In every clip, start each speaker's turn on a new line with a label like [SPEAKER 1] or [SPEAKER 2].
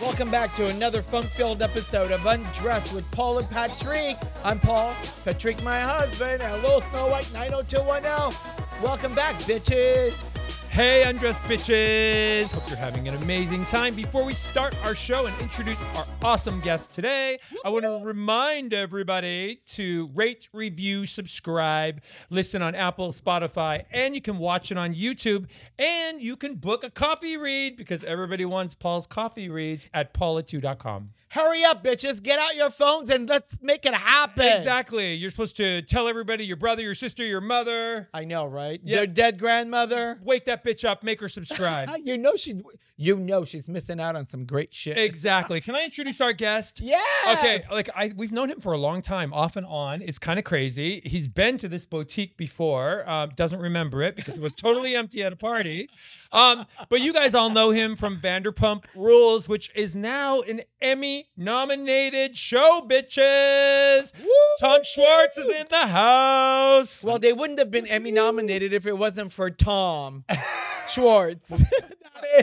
[SPEAKER 1] Welcome back to another fun-filled episode of Undressed with Paul and Patrick. I'm Paul, Patrick, my husband, and Little Snow White 90210. oh. Welcome back, bitches.
[SPEAKER 2] Hey, undressed bitches! Hope you're having an amazing time. Before we start our show and introduce our awesome guest today, I want to remind everybody to rate, review, subscribe, listen on Apple, Spotify, and you can watch it on YouTube. And you can book a coffee read because everybody wants Paul's coffee reads at paula2.com.
[SPEAKER 1] Hurry up, bitches. Get out your phones and let's make it happen.
[SPEAKER 2] Exactly. You're supposed to tell everybody your brother, your sister, your mother.
[SPEAKER 1] I know, right? Their dead grandmother.
[SPEAKER 2] Wake that bitch up, make her subscribe.
[SPEAKER 1] Ah, You know she. You know she's missing out on some great shit.
[SPEAKER 2] Exactly. Can I introduce our guest?
[SPEAKER 1] Yes.
[SPEAKER 2] Okay, like I we've known him for a long time, off and on. It's kind of crazy. He's been to this boutique before, um, doesn't remember it because it was totally empty at a party. Um, but you guys all know him from Vanderpump Rules, which is now an Emmy-nominated show, bitches.
[SPEAKER 1] Woo!
[SPEAKER 2] Tom Schwartz is in the house.
[SPEAKER 1] Well, they wouldn't have been Emmy nominated if it wasn't for Tom Schwartz.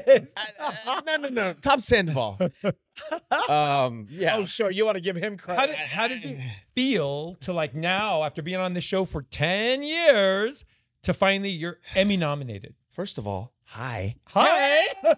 [SPEAKER 3] no, no, no. Tom Sandoval. um, yeah.
[SPEAKER 1] Oh, sure. You want to give him credit?
[SPEAKER 2] How did, how did it feel to like now after being on the show for 10 years to finally you're Emmy nominated?
[SPEAKER 3] First of all, hi.
[SPEAKER 2] Hi.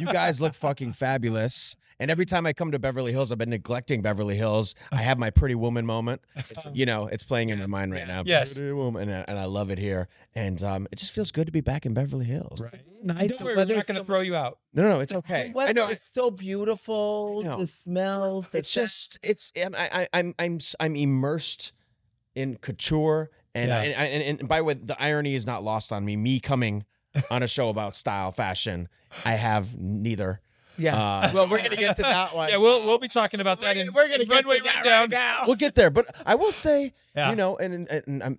[SPEAKER 3] You guys look fucking fabulous. And every time I come to Beverly Hills, I've been neglecting Beverly Hills. I have my pretty woman moment. It's, you know, it's playing in my mind right now.
[SPEAKER 2] Yes.
[SPEAKER 3] Pretty woman, and, I- and I love it here. And um, it just feels good to be back in Beverly Hills.
[SPEAKER 2] Right.
[SPEAKER 1] Night,
[SPEAKER 2] Don't
[SPEAKER 1] the
[SPEAKER 2] worry, we're not
[SPEAKER 1] weather's
[SPEAKER 2] going to
[SPEAKER 1] so-
[SPEAKER 2] throw you out.
[SPEAKER 3] No, no, no, it's okay. I know.
[SPEAKER 1] It's so beautiful.
[SPEAKER 3] I know.
[SPEAKER 1] The smells. the
[SPEAKER 3] it's
[SPEAKER 1] scent.
[SPEAKER 3] just it's I'm I, I- I'm I'm s- I'm immersed in couture and
[SPEAKER 2] Yeah.
[SPEAKER 3] and, and and by what the irony is not lost on me. Me coming on a show about style, fashion, I have neither.
[SPEAKER 1] yeah.
[SPEAKER 3] Uh,
[SPEAKER 1] well, we're gonna get to that one.
[SPEAKER 2] Yeah, we'll we'll be talking about that.
[SPEAKER 1] we're,
[SPEAKER 2] in,
[SPEAKER 1] we're gonna
[SPEAKER 2] in
[SPEAKER 1] get
[SPEAKER 2] runway
[SPEAKER 1] to that
[SPEAKER 2] rundown.
[SPEAKER 1] right now.
[SPEAKER 3] we'll get there, but I will say,
[SPEAKER 2] Yeah.
[SPEAKER 3] you know, and, and and I'm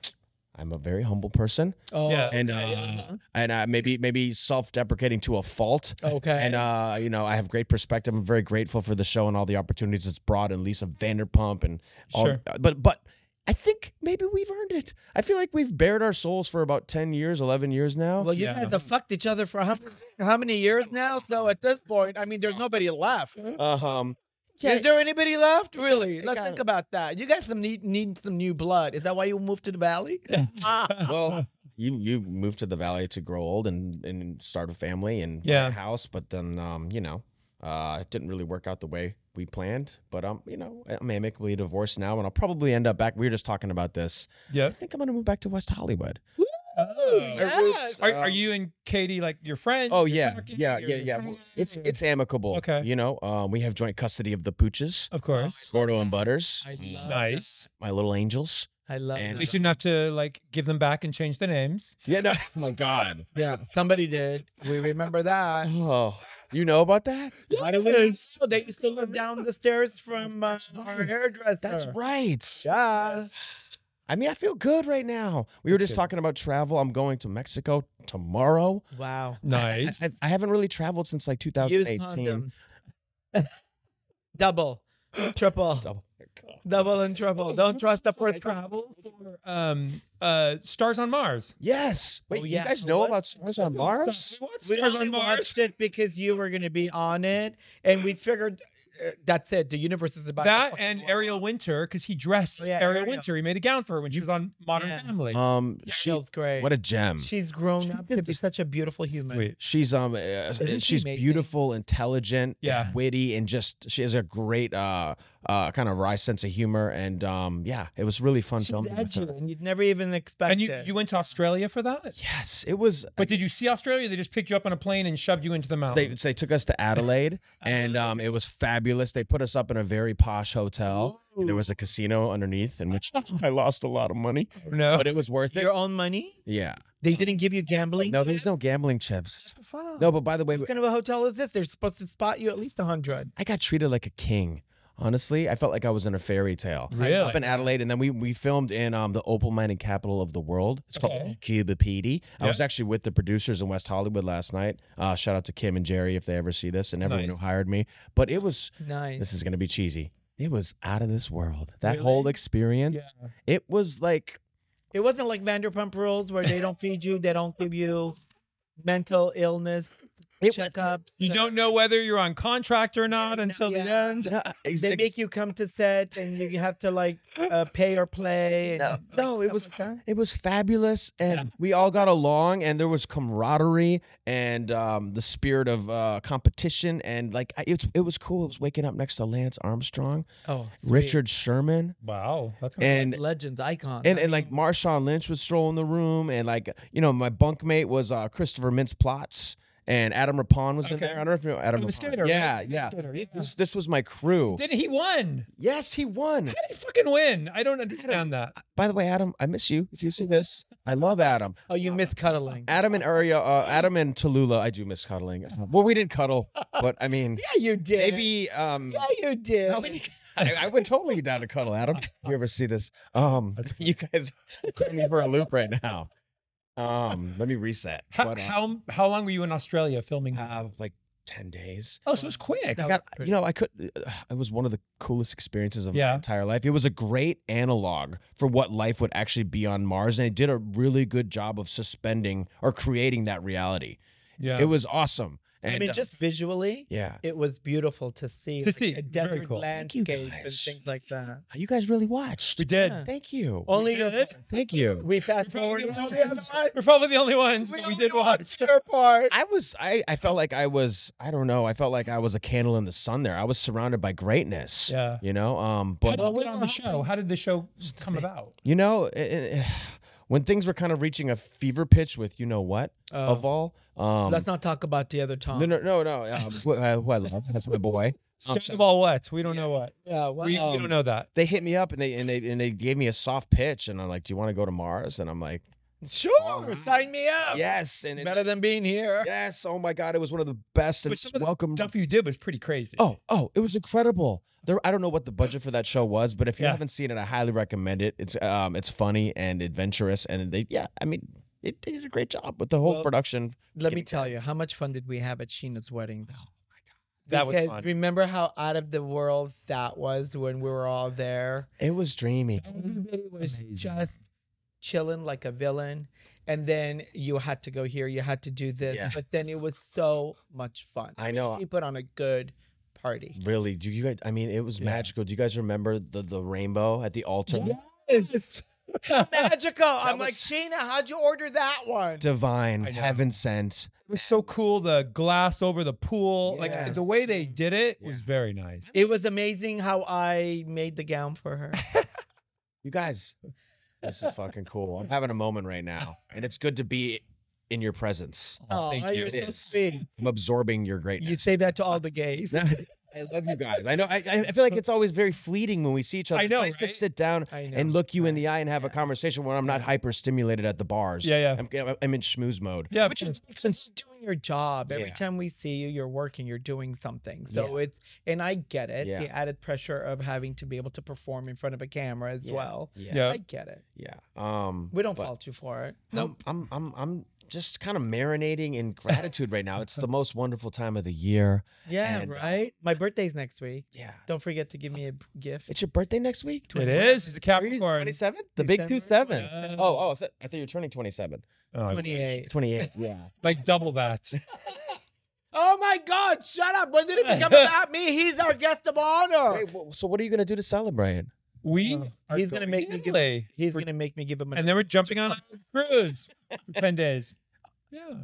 [SPEAKER 3] I'm a very humble person,
[SPEAKER 1] Oh,
[SPEAKER 2] Yeah.
[SPEAKER 3] and uh, and uh, maybe maybe self-deprecating to a fault.
[SPEAKER 1] okay.
[SPEAKER 3] And uh, you know, I have great perspective. I'm very grateful for the show and all the opportunities it's brought, and Lisa Vanderpump, and all.
[SPEAKER 2] Sure.
[SPEAKER 3] But but I think maybe we've earned it. I feel like we've bared our souls for about ten years, eleven years now.
[SPEAKER 1] well, you
[SPEAKER 2] Yeah.
[SPEAKER 1] guys have fucked each other for how, how many years now? So at this point, I mean, there's nobody left.
[SPEAKER 3] Uh, um,
[SPEAKER 1] Is there anybody left? Really? Let's
[SPEAKER 3] got-
[SPEAKER 1] think about that. You guys some need need some new blood. Is that why you moved to the valley?
[SPEAKER 3] well, you you moved to the valley to grow old and and start a family and buy
[SPEAKER 2] Yeah.
[SPEAKER 3] a house, but then um, you know, uh, it didn't really work out the way we planned. But um, you know, I'm amicably divorced now, and I'll probably end up back. We were just talking about this.
[SPEAKER 2] Yeah.
[SPEAKER 3] I think I'm gonna move back to West Hollywood.
[SPEAKER 1] Oh.
[SPEAKER 3] My roots,
[SPEAKER 2] Are, are
[SPEAKER 3] um,
[SPEAKER 2] you and Katie like your friends?
[SPEAKER 3] Oh
[SPEAKER 2] You're
[SPEAKER 3] yeah,
[SPEAKER 2] talking?
[SPEAKER 3] yeah,
[SPEAKER 2] You're-
[SPEAKER 3] yeah, yeah. Well, It's it's amicable.
[SPEAKER 2] Okay.
[SPEAKER 3] You know, um, we have joint custody of the pooches,
[SPEAKER 2] Of course.
[SPEAKER 1] Oh,
[SPEAKER 3] Gordo and Butters,
[SPEAKER 1] I
[SPEAKER 3] mm,
[SPEAKER 1] love
[SPEAKER 2] Mm. Nice.
[SPEAKER 3] my little angels.
[SPEAKER 1] I love
[SPEAKER 3] And-
[SPEAKER 2] At
[SPEAKER 1] that.
[SPEAKER 2] least you didn't have to like give them back and change the names.
[SPEAKER 3] Yeah. No. Oh my God.
[SPEAKER 1] Yeah, somebody did. We remember that.
[SPEAKER 3] Oh, you know about that?
[SPEAKER 1] Yes. Oh, they used to live down the stairs from uh, our hairdresser.
[SPEAKER 3] That's right.
[SPEAKER 1] Yes.
[SPEAKER 3] I mean, I feel good right now. We were
[SPEAKER 1] That's
[SPEAKER 3] just
[SPEAKER 1] good.
[SPEAKER 3] talking about travel. I'm going to Mexico tomorrow.
[SPEAKER 1] Wow.
[SPEAKER 3] I,
[SPEAKER 2] Nice.
[SPEAKER 3] I- I haven't really traveled since like
[SPEAKER 1] Use
[SPEAKER 3] 2018.
[SPEAKER 1] condoms. Double, triple,
[SPEAKER 3] Double.
[SPEAKER 1] double and triple. Don't trust the first travel.
[SPEAKER 2] Or, um, uh, Stars on Mars.
[SPEAKER 3] Yes. Wait,
[SPEAKER 1] Oh, yeah.
[SPEAKER 3] you guys know
[SPEAKER 1] What?
[SPEAKER 3] about stars on Mars?
[SPEAKER 2] We want
[SPEAKER 1] We
[SPEAKER 2] Stars
[SPEAKER 1] only
[SPEAKER 2] on Mars.
[SPEAKER 1] watched it because you were going to be on it, and we figured uh, that's it. The universe is about to
[SPEAKER 2] That
[SPEAKER 1] fucking
[SPEAKER 2] and
[SPEAKER 1] blow up.
[SPEAKER 2] Ariel Winter, because he dressed
[SPEAKER 1] Oh, yeah,
[SPEAKER 2] Ariel,
[SPEAKER 1] Ariel.
[SPEAKER 2] Winter. He made a gown for her when she was on Modern
[SPEAKER 1] Yeah. Oh,
[SPEAKER 2] Family.
[SPEAKER 3] Um, she.
[SPEAKER 1] Ariel's great.
[SPEAKER 3] What a gem.
[SPEAKER 1] She's grown up to be such a beautiful human.
[SPEAKER 2] Wait.
[SPEAKER 3] She's um uh,
[SPEAKER 1] she
[SPEAKER 3] she's
[SPEAKER 1] amazing?
[SPEAKER 3] beautiful, intelligent,
[SPEAKER 2] Yeah.
[SPEAKER 3] witty, and just she has a great uh uh kind of wry sense of humor. And um yeah, it was really fun
[SPEAKER 1] She's
[SPEAKER 3] filming with
[SPEAKER 1] edgy,
[SPEAKER 3] her.
[SPEAKER 1] and you'd never even expect
[SPEAKER 2] And you,
[SPEAKER 1] it.
[SPEAKER 2] you went to Australia for that?
[SPEAKER 3] Yes, it was.
[SPEAKER 2] But did you see Australia? They just picked you up on a plane and shoved you into the mountain.
[SPEAKER 3] They so they took us to Oh. Adelaide, and um it was fabulous. They put us up in a very posh hotel. and there was a casino underneath, in which I lost a lot of money,
[SPEAKER 2] no.
[SPEAKER 3] but it was worth it.
[SPEAKER 1] Your own money?
[SPEAKER 3] Yeah.
[SPEAKER 1] They didn't give you gambling?
[SPEAKER 3] No, there's no gambling chips.
[SPEAKER 1] Fuck.
[SPEAKER 3] No, but by the way,
[SPEAKER 1] What kind of a hotel is this? They're supposed to spot you at least a hundred.
[SPEAKER 3] I got treated like a king. Honestly, I felt like I was in a fairy tale.
[SPEAKER 2] Really?
[SPEAKER 3] Up in Adelaide, and then we we filmed in um, the opal mining capital of the world. It's called
[SPEAKER 2] Okay.
[SPEAKER 3] Cuba PD. I
[SPEAKER 2] Yeah.
[SPEAKER 3] was actually with the producers in West Hollywood last night. Uh, shout out to Kim and Jerry if they ever see this, and everyone
[SPEAKER 2] Nice.
[SPEAKER 3] who hired me. But it was
[SPEAKER 1] Nice.
[SPEAKER 3] this is gonna be cheesy. It was out of this world. That whole experience. It was like
[SPEAKER 1] It wasn't like Vanderpump Rules where they don't feed you, they don't give you mental illness
[SPEAKER 3] It-
[SPEAKER 1] checkup.
[SPEAKER 2] You
[SPEAKER 1] No.
[SPEAKER 2] don't know whether you're on contract or not
[SPEAKER 1] Yeah,
[SPEAKER 2] until the
[SPEAKER 1] yeah.
[SPEAKER 2] end.
[SPEAKER 3] No, uh, ex-
[SPEAKER 1] They
[SPEAKER 3] ex-
[SPEAKER 1] make you come to set, and you have to like uh, pay or play. and,
[SPEAKER 3] No,
[SPEAKER 1] like,
[SPEAKER 3] no, it
[SPEAKER 1] stuff
[SPEAKER 3] was
[SPEAKER 1] like that.
[SPEAKER 3] it was fabulous, and
[SPEAKER 2] Yeah.
[SPEAKER 3] we all got along, and there was camaraderie and um, the spirit of uh, competition, and like I, it's it was cool. It was waking up next to Lance Armstrong,
[SPEAKER 1] oh
[SPEAKER 3] Richard Sherman,
[SPEAKER 2] Wow, that's
[SPEAKER 3] and
[SPEAKER 1] legends icon
[SPEAKER 3] and, and like Marshawn Lynch was strolling the room, and like you know my bunkmate was uh, Christopher Mintz Plotz, and Adam Rapon was in
[SPEAKER 2] Okay.
[SPEAKER 3] there. I don't know if you know
[SPEAKER 2] Oh,
[SPEAKER 3] Adam.
[SPEAKER 2] the
[SPEAKER 3] Rapon.
[SPEAKER 2] skater,
[SPEAKER 3] Yeah,
[SPEAKER 2] right?
[SPEAKER 3] yeah.
[SPEAKER 2] Skater, yeah.
[SPEAKER 3] This, this was my crew.
[SPEAKER 2] Didn't he won?
[SPEAKER 3] Yes, he won.
[SPEAKER 2] How did he fucking win? I don't understand that.
[SPEAKER 3] By the way, Adam, I miss you. If you see this, I love Adam.
[SPEAKER 1] oh you miss cuddling
[SPEAKER 3] Adam and Aria, uh, Adam and Tallulah, I do miss cuddling. Well, we didn't cuddle, but I mean,
[SPEAKER 1] yeah you did
[SPEAKER 3] maybe. Um,
[SPEAKER 1] yeah you did
[SPEAKER 3] No, we didn't- I, I would totally get down to cuddle, Adam. If you ever see this, um, you guys are putting me for a loop right now. Um, let me reset.
[SPEAKER 2] How,
[SPEAKER 3] But, uh,
[SPEAKER 2] how how long were you in Australia filming?
[SPEAKER 3] uh, like ten days.
[SPEAKER 2] oh, so it's quick.
[SPEAKER 3] I
[SPEAKER 1] That
[SPEAKER 3] got,
[SPEAKER 1] was pretty-
[SPEAKER 3] you know, I could. Uh, it was one of the coolest experiences of
[SPEAKER 2] Yeah.
[SPEAKER 3] my entire life. It was a great analog for what life would actually be on Mars, and they did a really good job of suspending or creating that reality.
[SPEAKER 2] Yeah,
[SPEAKER 3] It was awesome. And,
[SPEAKER 1] i mean
[SPEAKER 3] uh,
[SPEAKER 1] just visually
[SPEAKER 3] yeah.
[SPEAKER 1] it was beautiful to see
[SPEAKER 2] To
[SPEAKER 1] like,
[SPEAKER 2] see,
[SPEAKER 1] a
[SPEAKER 2] very
[SPEAKER 1] desert
[SPEAKER 2] cool.
[SPEAKER 3] Thank you,
[SPEAKER 1] landscape and
[SPEAKER 3] guys.
[SPEAKER 1] things like that
[SPEAKER 3] You guys really watched.
[SPEAKER 2] we did. Oh,
[SPEAKER 1] Yeah.
[SPEAKER 3] Thank you.
[SPEAKER 1] only
[SPEAKER 2] did.
[SPEAKER 3] Thank you.
[SPEAKER 1] we fast forward
[SPEAKER 2] Probably the only ones- We're probably the only ones, but we did watch.
[SPEAKER 1] your part
[SPEAKER 3] I was I, I felt like I was I don't know, I felt like I was a candle in the sun there. I was surrounded by greatness.
[SPEAKER 2] Yeah.
[SPEAKER 3] You know, um
[SPEAKER 2] How
[SPEAKER 3] but
[SPEAKER 2] did
[SPEAKER 1] Well,
[SPEAKER 2] you
[SPEAKER 1] we
[SPEAKER 2] get on
[SPEAKER 1] were
[SPEAKER 2] the show? How did the show come about?
[SPEAKER 3] you know, it, it- when things were kind of reaching a fever pitch with you know what
[SPEAKER 2] Uh.
[SPEAKER 3] of all um
[SPEAKER 1] Oh, let's not talk about the other
[SPEAKER 2] Oh.
[SPEAKER 1] tom
[SPEAKER 3] no no no no um, who, uh, who I love that's my boy Um,
[SPEAKER 2] Stand of all what? We don't know what.
[SPEAKER 1] yeah well,
[SPEAKER 2] We, we don't know that.
[SPEAKER 3] they hit me up and they and they and they gave me a soft pitch and I'm like do you want to go to Mars and I'm like
[SPEAKER 1] sure
[SPEAKER 2] Oh,
[SPEAKER 3] Alright.
[SPEAKER 1] sign me up
[SPEAKER 3] yes and it,
[SPEAKER 1] better than being here
[SPEAKER 3] yes oh my god it was one of the best and
[SPEAKER 2] But some of the
[SPEAKER 3] welcome
[SPEAKER 2] Stuff you did was pretty crazy.
[SPEAKER 3] Oh, oh, it was incredible. There, I don't know what the budget for that show was, but if you
[SPEAKER 2] Yeah.
[SPEAKER 3] haven't seen it, I highly recommend it. It's um, it's funny and adventurous, and they, yeah, I mean, it, they did a great job with the whole
[SPEAKER 1] Well,
[SPEAKER 3] production.
[SPEAKER 1] let me tell you how much fun did we have at sheena's wedding
[SPEAKER 2] Oh that was
[SPEAKER 1] Because
[SPEAKER 2] fun.
[SPEAKER 1] Remember how out of the world that was when we were all there?
[SPEAKER 3] It was dreamy.
[SPEAKER 1] Everybody was
[SPEAKER 2] Mm-hmm. amazing.
[SPEAKER 1] just chilling like a villain. And then you had to go here, you had to do this.
[SPEAKER 3] Yeah.
[SPEAKER 1] But then it was so much fun.
[SPEAKER 3] I know.
[SPEAKER 1] We put on a good party.
[SPEAKER 3] Really, do you guys? I mean, it was
[SPEAKER 2] Yeah.
[SPEAKER 3] magical. Do you guys remember the the rainbow at the altar?
[SPEAKER 1] Magical. I'm
[SPEAKER 3] was-
[SPEAKER 1] like, Sheena, how'd you order that one?
[SPEAKER 3] Divine,
[SPEAKER 2] I know.
[SPEAKER 3] heaven sent.
[SPEAKER 2] It was so cool. The glass over the pool,
[SPEAKER 1] Yeah.
[SPEAKER 2] like the way they did it was
[SPEAKER 3] Yeah.
[SPEAKER 2] very nice.
[SPEAKER 1] It was amazing how I made the gown for her.
[SPEAKER 3] You guys, this is fucking cool. I'm having a moment right now, and it's good to be in your presence.
[SPEAKER 2] Oh, thank you.
[SPEAKER 1] You're so
[SPEAKER 3] It is.
[SPEAKER 1] sweet.
[SPEAKER 3] I'm absorbing your greatness.
[SPEAKER 1] You say that to all the gays.
[SPEAKER 3] I love you guys. I know. I, I I feel like it's always very fleeting when we see each other.
[SPEAKER 2] I know,
[SPEAKER 3] It's nice
[SPEAKER 2] right?
[SPEAKER 3] to sit down
[SPEAKER 1] I know.
[SPEAKER 3] and look you in the eye and have a conversation when I'm not hyper stimulated at the bars.
[SPEAKER 2] Yeah, yeah.
[SPEAKER 3] I'm, I'm in schmooze mode.
[SPEAKER 2] Yeah,
[SPEAKER 3] Which
[SPEAKER 2] of
[SPEAKER 3] is,
[SPEAKER 1] since doing your job every
[SPEAKER 3] Mm. Yeah.
[SPEAKER 1] time we see you you're working you're doing something so it's and i get it
[SPEAKER 3] Yeah.
[SPEAKER 1] the added pressure of having to be able to perform in front of a camera as
[SPEAKER 3] Yeah.
[SPEAKER 1] well
[SPEAKER 3] yeah,
[SPEAKER 1] i get it
[SPEAKER 3] yeah. Um,
[SPEAKER 1] we don't
[SPEAKER 3] but
[SPEAKER 1] fault you for it
[SPEAKER 3] I'm, I'm, I'm, I'm just kind of marinating in gratitude right now. It's the most wonderful time of the year.
[SPEAKER 1] yeah
[SPEAKER 3] And, uh,
[SPEAKER 1] right my birthday's next week
[SPEAKER 3] Yeah.
[SPEAKER 1] don't forget to give me a b- gift
[SPEAKER 3] It's your birthday next week.
[SPEAKER 2] It is. He's a Capricorn.
[SPEAKER 3] 27? The big two
[SPEAKER 1] December
[SPEAKER 3] seven.
[SPEAKER 2] 27.
[SPEAKER 3] Oh, oh, I thought I thought you were turning 27.
[SPEAKER 2] Oh,
[SPEAKER 1] 28
[SPEAKER 3] 28. Yeah.
[SPEAKER 2] like double that.
[SPEAKER 1] oh my god shut up when did it become about me he's our guest of honor
[SPEAKER 3] Wait, wh- so what are you going to do to celebrate?
[SPEAKER 2] We
[SPEAKER 1] Oh,
[SPEAKER 2] are
[SPEAKER 1] he's gonna
[SPEAKER 2] going
[SPEAKER 1] make
[SPEAKER 2] to
[SPEAKER 1] me give-
[SPEAKER 2] Italy.
[SPEAKER 1] he's gonna make me give him
[SPEAKER 2] and
[SPEAKER 1] an
[SPEAKER 2] then we're jumping on a cruise for ten days. Yeah,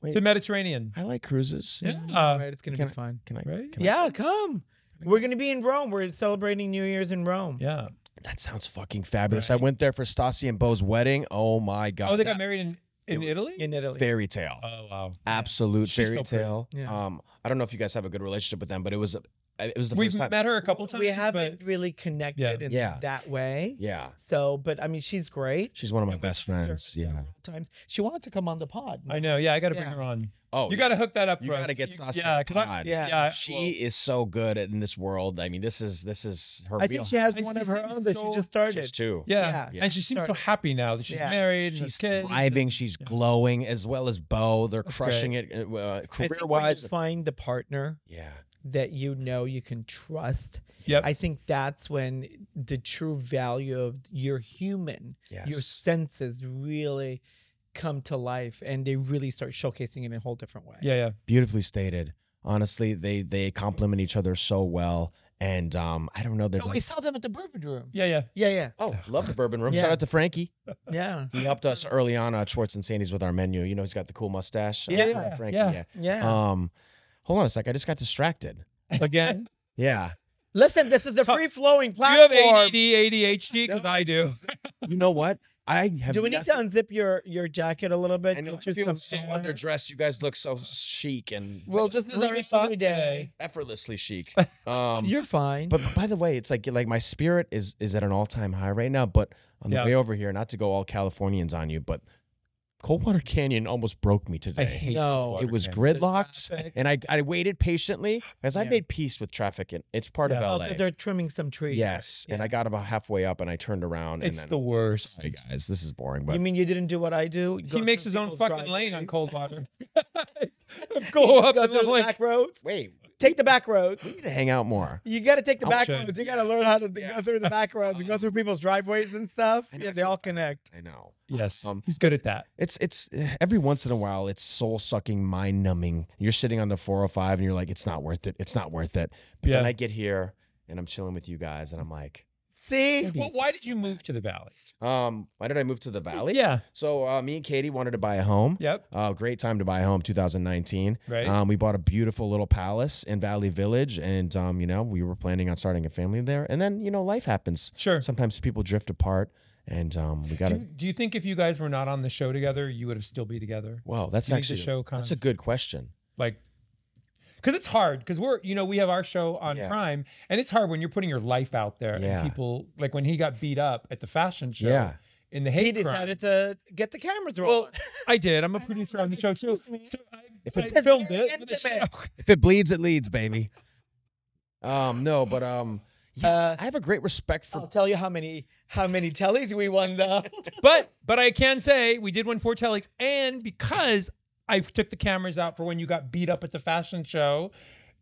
[SPEAKER 3] Wait.
[SPEAKER 2] the Mediterranean.
[SPEAKER 3] I like cruises.
[SPEAKER 2] Yeah,
[SPEAKER 1] all right it's gonna be
[SPEAKER 3] uh, can I-
[SPEAKER 1] fun
[SPEAKER 3] Can I?
[SPEAKER 2] right?
[SPEAKER 3] Can I-
[SPEAKER 1] yeah come we're gonna be in rome we're celebrating new year's in rome
[SPEAKER 2] yeah.
[SPEAKER 3] That sounds fucking fabulous. I went there for Stassi and Bo's wedding. Oh my god!
[SPEAKER 2] Oh, they got
[SPEAKER 3] That-
[SPEAKER 2] married in in Italy.
[SPEAKER 1] in italy
[SPEAKER 3] fairy tale,
[SPEAKER 2] oh wow.
[SPEAKER 3] absolute
[SPEAKER 2] She's so
[SPEAKER 3] fairy
[SPEAKER 2] pretty.
[SPEAKER 3] tale.
[SPEAKER 1] Yeah.
[SPEAKER 3] Um, I don't know if you guys have a good relationship with them, but it was it was the
[SPEAKER 2] We've
[SPEAKER 3] first time.
[SPEAKER 2] met her a couple times.
[SPEAKER 1] we
[SPEAKER 2] but-
[SPEAKER 1] haven't really connected in
[SPEAKER 3] Yeah.
[SPEAKER 1] that way.
[SPEAKER 3] yeah,
[SPEAKER 1] So, but I mean, she's great.
[SPEAKER 3] she's one of my
[SPEAKER 1] And we
[SPEAKER 3] best
[SPEAKER 1] talked to her
[SPEAKER 3] friends. Yeah.
[SPEAKER 1] several Times she wanted to come on the pod.
[SPEAKER 2] I know. Yeah, I got to bring
[SPEAKER 1] Yeah.
[SPEAKER 2] her on.
[SPEAKER 3] Oh,
[SPEAKER 2] you got to hook that up.
[SPEAKER 3] you
[SPEAKER 2] for us.
[SPEAKER 3] gotta get
[SPEAKER 2] You-
[SPEAKER 3] Stassi.
[SPEAKER 2] Yeah, 'cause I-
[SPEAKER 3] on.
[SPEAKER 1] Yeah.
[SPEAKER 2] yeah.
[SPEAKER 3] She
[SPEAKER 2] well,
[SPEAKER 3] is so good in this world. I mean, this is this is her.
[SPEAKER 1] I
[SPEAKER 3] real
[SPEAKER 1] think she has
[SPEAKER 2] And
[SPEAKER 1] one
[SPEAKER 2] she's
[SPEAKER 1] of her
[SPEAKER 2] getting
[SPEAKER 1] own that she
[SPEAKER 2] so-
[SPEAKER 1] just started.
[SPEAKER 3] She's too.
[SPEAKER 2] Yeah.
[SPEAKER 1] Yeah.
[SPEAKER 2] And she seems so
[SPEAKER 1] Started.
[SPEAKER 2] happy now that she's
[SPEAKER 1] Yeah.
[SPEAKER 2] married. and has
[SPEAKER 3] She's
[SPEAKER 2] kids.
[SPEAKER 3] thriving. She's
[SPEAKER 2] yeah.
[SPEAKER 3] glowing as well as Bo. They're
[SPEAKER 2] That's great.
[SPEAKER 3] crushing it uh,
[SPEAKER 1] I
[SPEAKER 3] career
[SPEAKER 1] think when you
[SPEAKER 3] wise.
[SPEAKER 1] find the partner
[SPEAKER 3] Yeah.
[SPEAKER 1] that you know you can trust.
[SPEAKER 2] Yep.
[SPEAKER 1] I think that's when the true value of you're human,
[SPEAKER 3] Yes.
[SPEAKER 1] your senses really come to life and they really start showcasing it in a whole different way.
[SPEAKER 2] Yeah, yeah.
[SPEAKER 3] Beautifully stated. Honestly, they they complement each other so well. And um, I don't know. There's
[SPEAKER 1] Oh, we
[SPEAKER 3] like-
[SPEAKER 1] saw them at the Bourbon Room.
[SPEAKER 2] Yeah, yeah.
[SPEAKER 1] Yeah, yeah,
[SPEAKER 3] oh, love the bourbon room.
[SPEAKER 1] Yeah.
[SPEAKER 3] Shout out to Frankie.
[SPEAKER 1] yeah,
[SPEAKER 3] He helped us early on at Schwartz and Sandy's with our menu. You know, he's got the cool mustache.
[SPEAKER 1] Yeah,
[SPEAKER 3] Shout out to Frankie.
[SPEAKER 2] yeah.
[SPEAKER 3] Yeah.
[SPEAKER 1] yeah.
[SPEAKER 3] Um, hold on a sec. I just got distracted.
[SPEAKER 2] Again,
[SPEAKER 3] Yeah.
[SPEAKER 1] Listen, this is a
[SPEAKER 2] Talk-
[SPEAKER 1] free flowing
[SPEAKER 2] do you have
[SPEAKER 1] platform.
[SPEAKER 2] ADD, ADHD? Because I do.
[SPEAKER 3] You know what? I have.
[SPEAKER 1] Do we need to unzip your your jacket a little bit?
[SPEAKER 3] I know.
[SPEAKER 1] Get you
[SPEAKER 3] feel
[SPEAKER 1] some
[SPEAKER 3] so
[SPEAKER 1] sun?
[SPEAKER 3] underdressed. You guys look so chic and
[SPEAKER 1] Well, just
[SPEAKER 2] Really
[SPEAKER 1] another
[SPEAKER 2] fun
[SPEAKER 1] sunny day.
[SPEAKER 3] effortlessly chic. Um,
[SPEAKER 1] You're fine.
[SPEAKER 3] But by the way, it's like like my spirit is is at an all time high right now. But on the
[SPEAKER 2] Yeah.
[SPEAKER 3] way over here, not to go all Californians on you, but Coldwater Canyon almost broke me today.
[SPEAKER 2] I hate
[SPEAKER 1] No.
[SPEAKER 2] Coldwater
[SPEAKER 3] it was
[SPEAKER 2] Canyon.
[SPEAKER 3] gridlocked,
[SPEAKER 1] traffic.
[SPEAKER 3] and I I waited patiently as I
[SPEAKER 1] Yeah.
[SPEAKER 3] made peace with traffic, and it's part
[SPEAKER 2] Yeah.
[SPEAKER 1] oh,
[SPEAKER 3] of
[SPEAKER 1] because
[SPEAKER 3] LA.
[SPEAKER 1] they're trimming some trees.
[SPEAKER 3] Yes, and
[SPEAKER 1] Yeah.
[SPEAKER 3] I got about halfway up, and I turned around,
[SPEAKER 2] It's
[SPEAKER 3] and
[SPEAKER 2] the
[SPEAKER 3] then
[SPEAKER 2] worst.
[SPEAKER 3] hey guys, this is boring, but
[SPEAKER 1] you mean you didn't do what I do?
[SPEAKER 2] He makes his own fucking lane on
[SPEAKER 1] on
[SPEAKER 2] Coldwater. Go up
[SPEAKER 1] Go
[SPEAKER 2] and
[SPEAKER 1] through
[SPEAKER 2] I'm
[SPEAKER 1] the
[SPEAKER 2] like,
[SPEAKER 1] back roads.
[SPEAKER 3] wait,
[SPEAKER 1] Take the back road.
[SPEAKER 3] we need to hang out more.
[SPEAKER 1] You got to take the
[SPEAKER 2] I'll
[SPEAKER 1] back
[SPEAKER 2] show you.
[SPEAKER 1] roads. You got to learn how to go through the back roads and go through people's driveways and stuff.
[SPEAKER 3] I know,
[SPEAKER 1] Yeah,
[SPEAKER 3] I
[SPEAKER 1] they
[SPEAKER 3] feel
[SPEAKER 1] all
[SPEAKER 3] bad.
[SPEAKER 1] connect.
[SPEAKER 3] I know.
[SPEAKER 2] yes,
[SPEAKER 3] Um,
[SPEAKER 2] he's good at that.
[SPEAKER 3] It's it's eh, every once in a while it's soul sucking, mind numbing. You're sitting on the 405 and you're like, it's not worth it. It's not worth it. But then
[SPEAKER 2] Yeah.
[SPEAKER 3] I get here and I'm chilling with you guys and I'm like,
[SPEAKER 1] See?
[SPEAKER 2] Well, why did you move to the valley?
[SPEAKER 3] um, why did I move to the valley?
[SPEAKER 2] Yeah.
[SPEAKER 3] So uh, me and Katie wanted to buy a home.
[SPEAKER 2] Yep.
[SPEAKER 3] Uh, great time to buy a home, 2019.
[SPEAKER 2] Right.
[SPEAKER 3] Um, we bought a beautiful little palace in Valley Village, and um, you know we were planning on starting a family there. And then you know life happens.
[SPEAKER 2] Sure.
[SPEAKER 3] Sometimes people drift apart, and um, we got
[SPEAKER 2] Do,
[SPEAKER 3] to.
[SPEAKER 2] do you think if you guys were not on the show together, you would have still be together?
[SPEAKER 3] Wow, that's
[SPEAKER 2] you think the
[SPEAKER 3] actually
[SPEAKER 2] show kind
[SPEAKER 3] that's a
[SPEAKER 2] of-
[SPEAKER 3] good question.
[SPEAKER 2] Like, because it's hard. Because we're, you know, we have our show on
[SPEAKER 3] Yeah.
[SPEAKER 2] Prime, and it's hard when you're putting your life out there.
[SPEAKER 3] Yeah.
[SPEAKER 2] And people like when he got beat up at the fashion show.
[SPEAKER 3] Yeah.
[SPEAKER 2] In the
[SPEAKER 1] He
[SPEAKER 2] hate crime.
[SPEAKER 1] decided to get the cameras rolling.
[SPEAKER 2] Well, I did. I'm a producer on the show too.
[SPEAKER 1] Excuse me.
[SPEAKER 2] So I,
[SPEAKER 3] If
[SPEAKER 2] I
[SPEAKER 3] it-
[SPEAKER 2] filmed
[SPEAKER 1] Very
[SPEAKER 2] it. for the
[SPEAKER 1] intimate.
[SPEAKER 2] show.
[SPEAKER 3] If it bleeds, it leads, baby. Um, no, but um, yeah,
[SPEAKER 1] Uh,
[SPEAKER 3] I have a great respect
[SPEAKER 1] I'll
[SPEAKER 3] for.
[SPEAKER 1] tell you how many how many tellies we won though.
[SPEAKER 2] But but I can say we did win four telex, and because I took the cameras out for when you got beat up at the fashion show,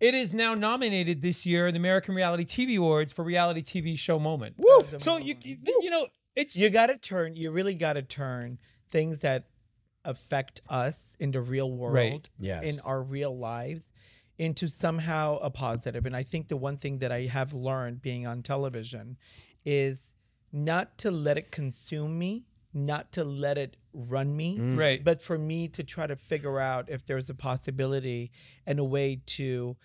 [SPEAKER 2] it is now nominated this year in the American Reality TV Awards for reality TV show moment.
[SPEAKER 1] Woo!
[SPEAKER 2] So you you you know it's
[SPEAKER 1] you got to turn. You really got to turn things that affect us in the real world,
[SPEAKER 3] Yes.
[SPEAKER 1] in our real lives, into somehow a positive. And I think the one thing that I have learned being on television is not to let it consume me, not to let it run me,
[SPEAKER 2] right.
[SPEAKER 1] but for me to try to figure out if there's a possibility and a way to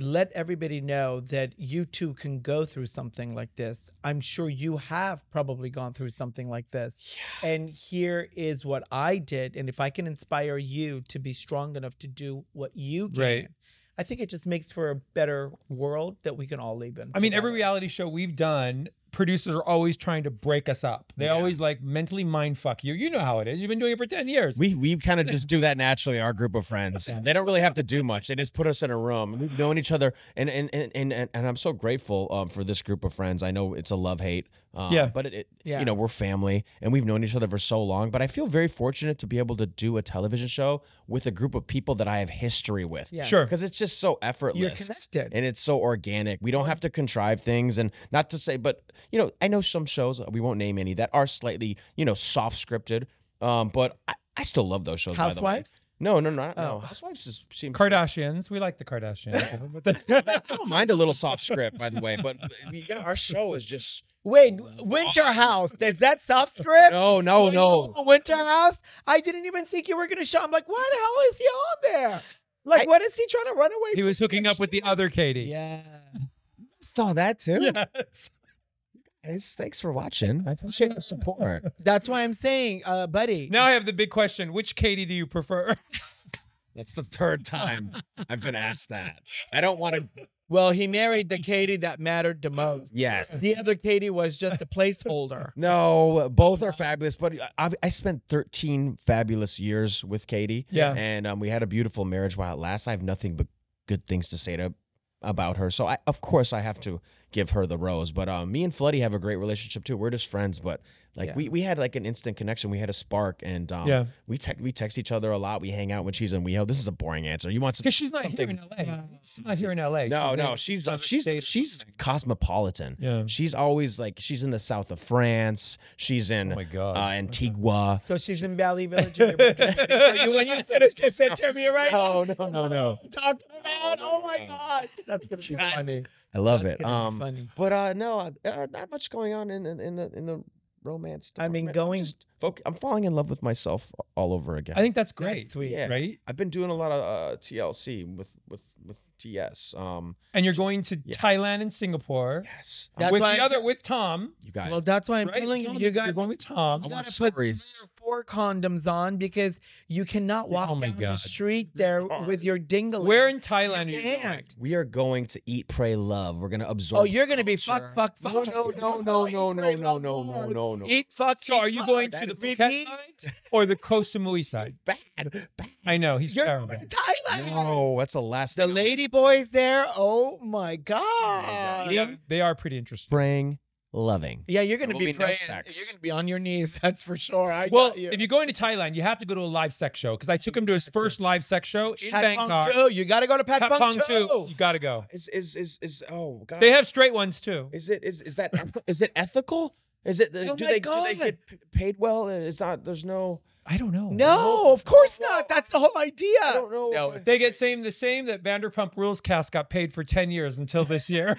[SPEAKER 1] let everybody know that you too can go through something like this. I'm sure you have probably gone through something like this. And here is what I did. And if I can inspire you to be strong enough to do what you can,
[SPEAKER 2] Right.
[SPEAKER 1] I think it just makes for a better world that we can all live in.
[SPEAKER 2] I mean, every
[SPEAKER 1] together.
[SPEAKER 2] reality show we've done, producers are always trying to break us up. They always like mentally mind fuck you. You know how it is. You've been doing it for ten years.
[SPEAKER 3] We we kind of just do that naturally. Our group of friends, they don't really have to do much. They just put us in a room. We've known each other, and and and and, and, and I'm so grateful um, for this group of friends. I know it's a love hate, um,
[SPEAKER 2] Yeah.
[SPEAKER 3] But it, it
[SPEAKER 1] Yeah.
[SPEAKER 3] you know we're family, and we've known each other for so long. But I feel very fortunate to be able to do a television show with a group of people that I have history with.
[SPEAKER 1] Yeah.
[SPEAKER 2] sure.
[SPEAKER 3] Because it's just so effortless.
[SPEAKER 1] You're connected.
[SPEAKER 3] And it's so organic. We don't have to contrive things and not to say, but you know, I know some shows, we won't name any, that are slightly, you know, soft scripted. Um, but I, I still love those shows.
[SPEAKER 1] Housewives?
[SPEAKER 3] By the way. No, no, no, no.
[SPEAKER 1] Oh.
[SPEAKER 3] Housewives is seem
[SPEAKER 2] Kardashians. We like the Kardashians. But
[SPEAKER 3] I don't mind a little soft script, by the way, but yeah, our show is just
[SPEAKER 1] Wait, Winter House. Is that soft script?
[SPEAKER 3] no,
[SPEAKER 2] Oh,
[SPEAKER 3] no, no.
[SPEAKER 1] Winter House. I didn't even think you were gonna show. I'm like, why the hell is he on there? Like,
[SPEAKER 3] I-
[SPEAKER 1] what is he trying to run away
[SPEAKER 2] he
[SPEAKER 1] from?
[SPEAKER 2] was hooking up with the other Katie.
[SPEAKER 1] yeah.
[SPEAKER 3] Saw that too. Guys, Thanks for watching. I appreciate the support.
[SPEAKER 1] That's why I'm saying, uh, buddy.
[SPEAKER 2] Now I have the big question: Which Katie do you prefer?
[SPEAKER 3] That's the third time I've been asked that. I don't want to.
[SPEAKER 1] Well, he married the Katie that mattered the most.
[SPEAKER 3] Yes.
[SPEAKER 1] The other Katie was just a placeholder.
[SPEAKER 3] No, both are fabulous. But I, I spent 13 fabulous years with Katie.
[SPEAKER 2] Yeah.
[SPEAKER 3] And um, we had a beautiful marriage while it lasts. I have nothing but good things to say to about her. So, I, of course, I have to give her the rose. But um, me and Floody have a great relationship too. We're just friends, but like
[SPEAKER 1] Yeah.
[SPEAKER 3] we, we had like an instant connection. We had a spark, and um,
[SPEAKER 2] Yeah.
[SPEAKER 3] we te- we text each other a lot. We hang out when she's in WeHo. This is a boring answer. You want some,
[SPEAKER 2] because she's not
[SPEAKER 3] something?
[SPEAKER 2] here in LA. She's not here in LA.
[SPEAKER 3] No, no,
[SPEAKER 2] in
[SPEAKER 3] she's
[SPEAKER 2] another
[SPEAKER 3] she's
[SPEAKER 2] state or
[SPEAKER 3] she's
[SPEAKER 2] something.
[SPEAKER 3] cosmopolitan.
[SPEAKER 2] Yeah.
[SPEAKER 3] she's always like she's in the south of France. She's in
[SPEAKER 2] Oh my God.
[SPEAKER 3] uh, Antigua.
[SPEAKER 1] So she's in Valley Village. and you're
[SPEAKER 3] Are you when you finished it said to me right? No, no, no, no. Talking about oh my god, that's gonna be
[SPEAKER 1] funny.
[SPEAKER 3] I love it.
[SPEAKER 1] That's
[SPEAKER 3] Um,
[SPEAKER 1] funny.
[SPEAKER 3] but uh, no, uh, not much going on in in, in the in the romance.
[SPEAKER 1] I mean,
[SPEAKER 3] department. I'm
[SPEAKER 1] going-
[SPEAKER 3] just foc- I'm falling in love with myself all over again.
[SPEAKER 2] I think that's great.
[SPEAKER 1] That's sweet.
[SPEAKER 3] Yeah.
[SPEAKER 2] Right,
[SPEAKER 3] I've been doing a lot of uh, TLC with with with TS. Um,
[SPEAKER 2] and you're going to
[SPEAKER 3] Yeah.
[SPEAKER 2] Thailand and Singapore
[SPEAKER 3] yes,
[SPEAKER 1] That's
[SPEAKER 2] with
[SPEAKER 1] why
[SPEAKER 2] the
[SPEAKER 1] I
[SPEAKER 2] other
[SPEAKER 1] t-
[SPEAKER 2] with Tom.
[SPEAKER 3] you guys.
[SPEAKER 1] Well, that's why I'm
[SPEAKER 2] right?
[SPEAKER 1] telling you,
[SPEAKER 2] Tom,
[SPEAKER 1] you
[SPEAKER 2] you're
[SPEAKER 1] got
[SPEAKER 2] going with Tom.
[SPEAKER 1] You
[SPEAKER 3] want
[SPEAKER 1] gotta put
[SPEAKER 3] stories.
[SPEAKER 1] three or four condoms on because you cannot walk
[SPEAKER 2] Oh my
[SPEAKER 1] down the
[SPEAKER 2] God.
[SPEAKER 1] street there
[SPEAKER 3] Hard.
[SPEAKER 1] with your dingle.
[SPEAKER 2] Where in Thailand are you going?
[SPEAKER 1] and
[SPEAKER 3] we are going to eat, pray, love. We're gonna absorb.
[SPEAKER 1] oh, you're gonna be fuck, fuck, fuck.
[SPEAKER 3] No, no, no, no, no, no, no, no, no, no, no.
[SPEAKER 1] Eat fuck.
[SPEAKER 2] So
[SPEAKER 1] eat,
[SPEAKER 2] are you
[SPEAKER 1] fuck.
[SPEAKER 2] going
[SPEAKER 1] That
[SPEAKER 2] to the
[SPEAKER 1] is
[SPEAKER 2] Phuket
[SPEAKER 1] repeat.
[SPEAKER 2] side or the Koh Samui side?
[SPEAKER 3] bad, bad.
[SPEAKER 2] I know he's
[SPEAKER 1] You're
[SPEAKER 2] terrible.
[SPEAKER 1] going to Thailand.
[SPEAKER 3] No, that's the last.
[SPEAKER 1] The
[SPEAKER 3] thing I want.
[SPEAKER 1] lady boys there. Oh my god.
[SPEAKER 2] They are- They are pretty interesting.
[SPEAKER 3] praying, loving.
[SPEAKER 1] Yeah, you're gonna
[SPEAKER 3] will
[SPEAKER 1] be,
[SPEAKER 3] be no
[SPEAKER 1] praying.
[SPEAKER 3] sex.
[SPEAKER 1] You're gonna be on your knees. That's for sure. I
[SPEAKER 2] Well,
[SPEAKER 1] got you.
[SPEAKER 2] if you're going to Thailand, you have to go to a live sex show because I took him to his first live sex show in
[SPEAKER 1] Pat
[SPEAKER 2] Bangkok.
[SPEAKER 1] Pong too. You gotta go to Pat,
[SPEAKER 2] Pat
[SPEAKER 1] Pong
[SPEAKER 2] Pong
[SPEAKER 1] too.
[SPEAKER 3] Oh,
[SPEAKER 2] too. You got to go.
[SPEAKER 3] Is is is is oh god.
[SPEAKER 2] They have straight ones too.
[SPEAKER 3] Is it is is that eth- is it ethical? Is it
[SPEAKER 1] Oh
[SPEAKER 3] do
[SPEAKER 1] my
[SPEAKER 3] they do they
[SPEAKER 1] God.
[SPEAKER 3] get p- paid well? Uh, It's not. There's no.
[SPEAKER 2] I don't know.
[SPEAKER 1] No, of course not. That's the whole idea.
[SPEAKER 3] I don't know.
[SPEAKER 1] No,
[SPEAKER 3] if
[SPEAKER 2] They get same the same that Vanderpump Rules cast got paid for ten years until this year.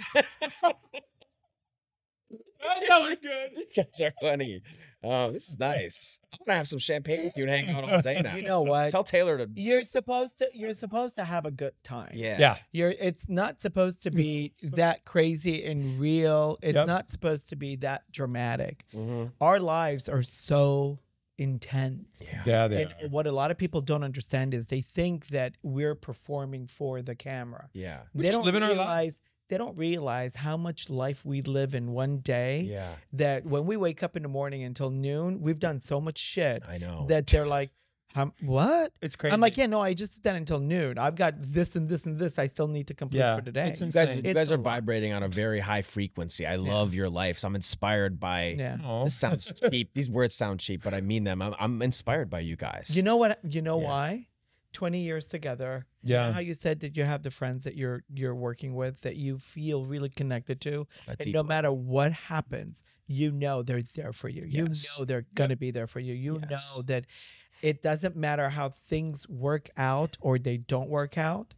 [SPEAKER 2] that was good.
[SPEAKER 3] you guys are funny. Um, this is nice. I'm gonna have some champagne with you and hang out all day now.
[SPEAKER 1] You know what?
[SPEAKER 3] Tell Taylor to.
[SPEAKER 1] You're supposed to. You're supposed to have a good time.
[SPEAKER 3] Yeah.
[SPEAKER 2] Yeah,
[SPEAKER 1] You're. It's not supposed to be that crazy and real. It's
[SPEAKER 2] Yep.
[SPEAKER 1] not supposed to be that dramatic.
[SPEAKER 3] Mhm.
[SPEAKER 1] Our lives are so intense.
[SPEAKER 2] yeah,
[SPEAKER 1] And what a lot of people don't understand is they think that we're performing for the camera.
[SPEAKER 3] Yeah.
[SPEAKER 2] We're
[SPEAKER 1] they
[SPEAKER 2] just
[SPEAKER 1] don't
[SPEAKER 2] living our
[SPEAKER 1] realize.
[SPEAKER 2] lives.
[SPEAKER 1] They don't realize how much life we live in one day.
[SPEAKER 3] Yeah.
[SPEAKER 1] That when we wake up in the morning until noon, we've done so much shit
[SPEAKER 3] I know.
[SPEAKER 1] that they're like, "How? What?
[SPEAKER 2] It's crazy.
[SPEAKER 1] I'm like, yeah, no, I just did that until noon. I've got this and this and this I still need to complete
[SPEAKER 2] Yeah,
[SPEAKER 1] for today.
[SPEAKER 2] it's
[SPEAKER 3] you guys,
[SPEAKER 2] insane.
[SPEAKER 3] you
[SPEAKER 1] It's
[SPEAKER 3] guys
[SPEAKER 1] a
[SPEAKER 3] are
[SPEAKER 1] lot.
[SPEAKER 3] vibrating on a very high frequency. I love your life. So I'm inspired by.
[SPEAKER 1] yeah.
[SPEAKER 2] Aw.
[SPEAKER 3] This sounds cheap. These words sound cheap, but I mean them. I'm, I'm inspired by you guys.
[SPEAKER 1] You know what? You know
[SPEAKER 3] Yeah.
[SPEAKER 1] why? Twenty years together. You know
[SPEAKER 2] Yeah.
[SPEAKER 1] how you said that you have the friends that you're you're working with that you feel really connected to,
[SPEAKER 3] That's
[SPEAKER 1] and
[SPEAKER 3] deep
[SPEAKER 1] no
[SPEAKER 3] love.
[SPEAKER 1] matter what happens, you know they're there for you. You
[SPEAKER 3] Yes.
[SPEAKER 1] know they're gonna be there for you. You know
[SPEAKER 3] Yes.
[SPEAKER 1] that it doesn't matter how things work out or they don't work out.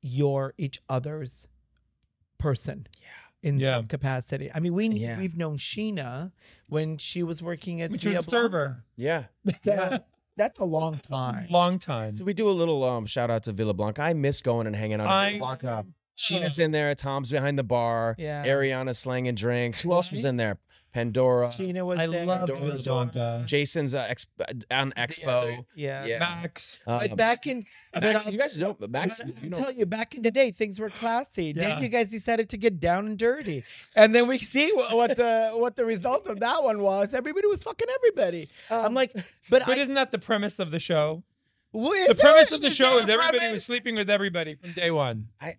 [SPEAKER 1] You're each other's person. in
[SPEAKER 2] Yeah.
[SPEAKER 1] some capacity. I mean, we kn-
[SPEAKER 3] Yeah.
[SPEAKER 1] we've known Sheena when she was working at
[SPEAKER 2] When she was a
[SPEAKER 1] Via
[SPEAKER 2] server,
[SPEAKER 3] Yeah.
[SPEAKER 1] Blanca. That's a long time.
[SPEAKER 2] long time.
[SPEAKER 3] Did we do a little um shout out to Villa Blanca? I miss going and hanging out at
[SPEAKER 2] I-
[SPEAKER 3] Villa Blanca. Sheena's in there, Tom's behind the bar,
[SPEAKER 1] Yeah.
[SPEAKER 3] Ariana slanging drinks. Who else was
[SPEAKER 2] Right.
[SPEAKER 3] in there? Pandora,
[SPEAKER 1] Sheena was
[SPEAKER 2] I
[SPEAKER 1] there.
[SPEAKER 2] love
[SPEAKER 1] Dora
[SPEAKER 2] Villa
[SPEAKER 1] was
[SPEAKER 2] Blanca.
[SPEAKER 3] Jason's uh, exp- uh, on
[SPEAKER 1] the
[SPEAKER 3] Expo.
[SPEAKER 1] other- Yeah.
[SPEAKER 3] Yeah.
[SPEAKER 2] Max.
[SPEAKER 3] Uh,
[SPEAKER 1] But back in but
[SPEAKER 3] Max,
[SPEAKER 1] I'll
[SPEAKER 3] you guys know Max.
[SPEAKER 1] But
[SPEAKER 3] You
[SPEAKER 1] I'll
[SPEAKER 3] know,
[SPEAKER 1] tell you, back in the day, things were classy.
[SPEAKER 2] Yeah.
[SPEAKER 1] Then you guys decided to get down and dirty, and then we see what, what the what the result of that one was. Everybody was fucking everybody. I'm like, but,
[SPEAKER 2] Um, But
[SPEAKER 1] I,
[SPEAKER 2] isn't that the premise of the show?
[SPEAKER 1] what
[SPEAKER 2] the
[SPEAKER 1] there?
[SPEAKER 2] premise of the show
[SPEAKER 1] there
[SPEAKER 2] is
[SPEAKER 1] a
[SPEAKER 2] everybody
[SPEAKER 1] premise?
[SPEAKER 2] was sleeping with everybody from day one.
[SPEAKER 3] I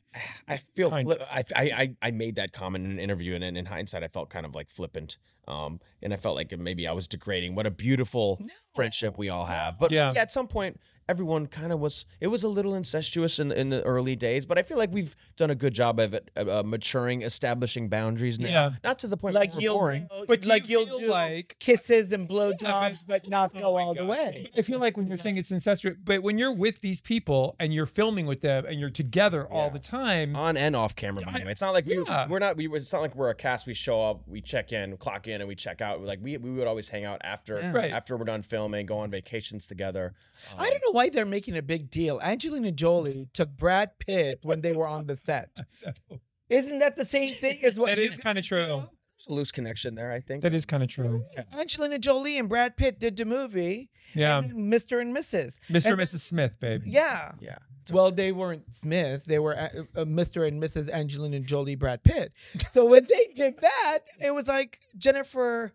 [SPEAKER 3] I feel
[SPEAKER 2] Kind
[SPEAKER 3] flip- I, I I I made that comment in an interview, and in, in hindsight, I felt kind of like flippant. Um, and I felt like maybe I was degrading. What a beautiful friendship we all have. But
[SPEAKER 2] Yeah.
[SPEAKER 3] yeah, at some point, everyone kind of was. It was a little incestuous in in the early days, but I feel like we've done a good job of it, uh, uh, maturing, establishing boundaries. Now.
[SPEAKER 2] Yeah.
[SPEAKER 3] not to the point
[SPEAKER 1] like
[SPEAKER 3] where we're
[SPEAKER 1] you'll
[SPEAKER 3] boring.
[SPEAKER 2] But
[SPEAKER 1] but
[SPEAKER 2] do
[SPEAKER 1] like
[SPEAKER 2] you
[SPEAKER 1] you
[SPEAKER 2] feel
[SPEAKER 1] will do
[SPEAKER 2] like-
[SPEAKER 1] kisses and blowjobs,
[SPEAKER 2] Yeah,
[SPEAKER 1] but not
[SPEAKER 2] Oh
[SPEAKER 1] go
[SPEAKER 2] my
[SPEAKER 1] all the
[SPEAKER 2] God.
[SPEAKER 1] way.
[SPEAKER 2] I feel like when you're saying it's incestuous, but when you're with these people and you're filming with them and you're together all
[SPEAKER 3] Yeah. Uh,
[SPEAKER 2] the time,
[SPEAKER 3] on and off camera. By the way, it's not like we,
[SPEAKER 2] Yeah.
[SPEAKER 3] we're not. We, it's not like we're a cast. We show up, we check in, clock in, and we check out. Like we, we would always hang out after
[SPEAKER 1] Yeah.
[SPEAKER 2] Right.
[SPEAKER 3] after we're done filming, go on vacations together.
[SPEAKER 1] I don't know why they're making a big deal. Angelina Jolie took Brad Pitt when they were on the set. Isn't that the same thing as what
[SPEAKER 2] that
[SPEAKER 1] you
[SPEAKER 2] is kind of true.
[SPEAKER 3] There's a loose connection there. I think.
[SPEAKER 2] That is kind of true.
[SPEAKER 1] got- Angelina Jolie and Brad Pitt did the movie,
[SPEAKER 2] Yeah.
[SPEAKER 1] and then Mr. and Mrs.
[SPEAKER 2] Mr. and
[SPEAKER 1] And-
[SPEAKER 2] Mrs. Smith, baby.
[SPEAKER 1] Yeah.
[SPEAKER 3] yeah. It's
[SPEAKER 1] Well, they weren't Smith. They were uh, uh, Mr. and Mrs. Angelina Jolie, Brad Pitt. So when they did that, it was like Jennifer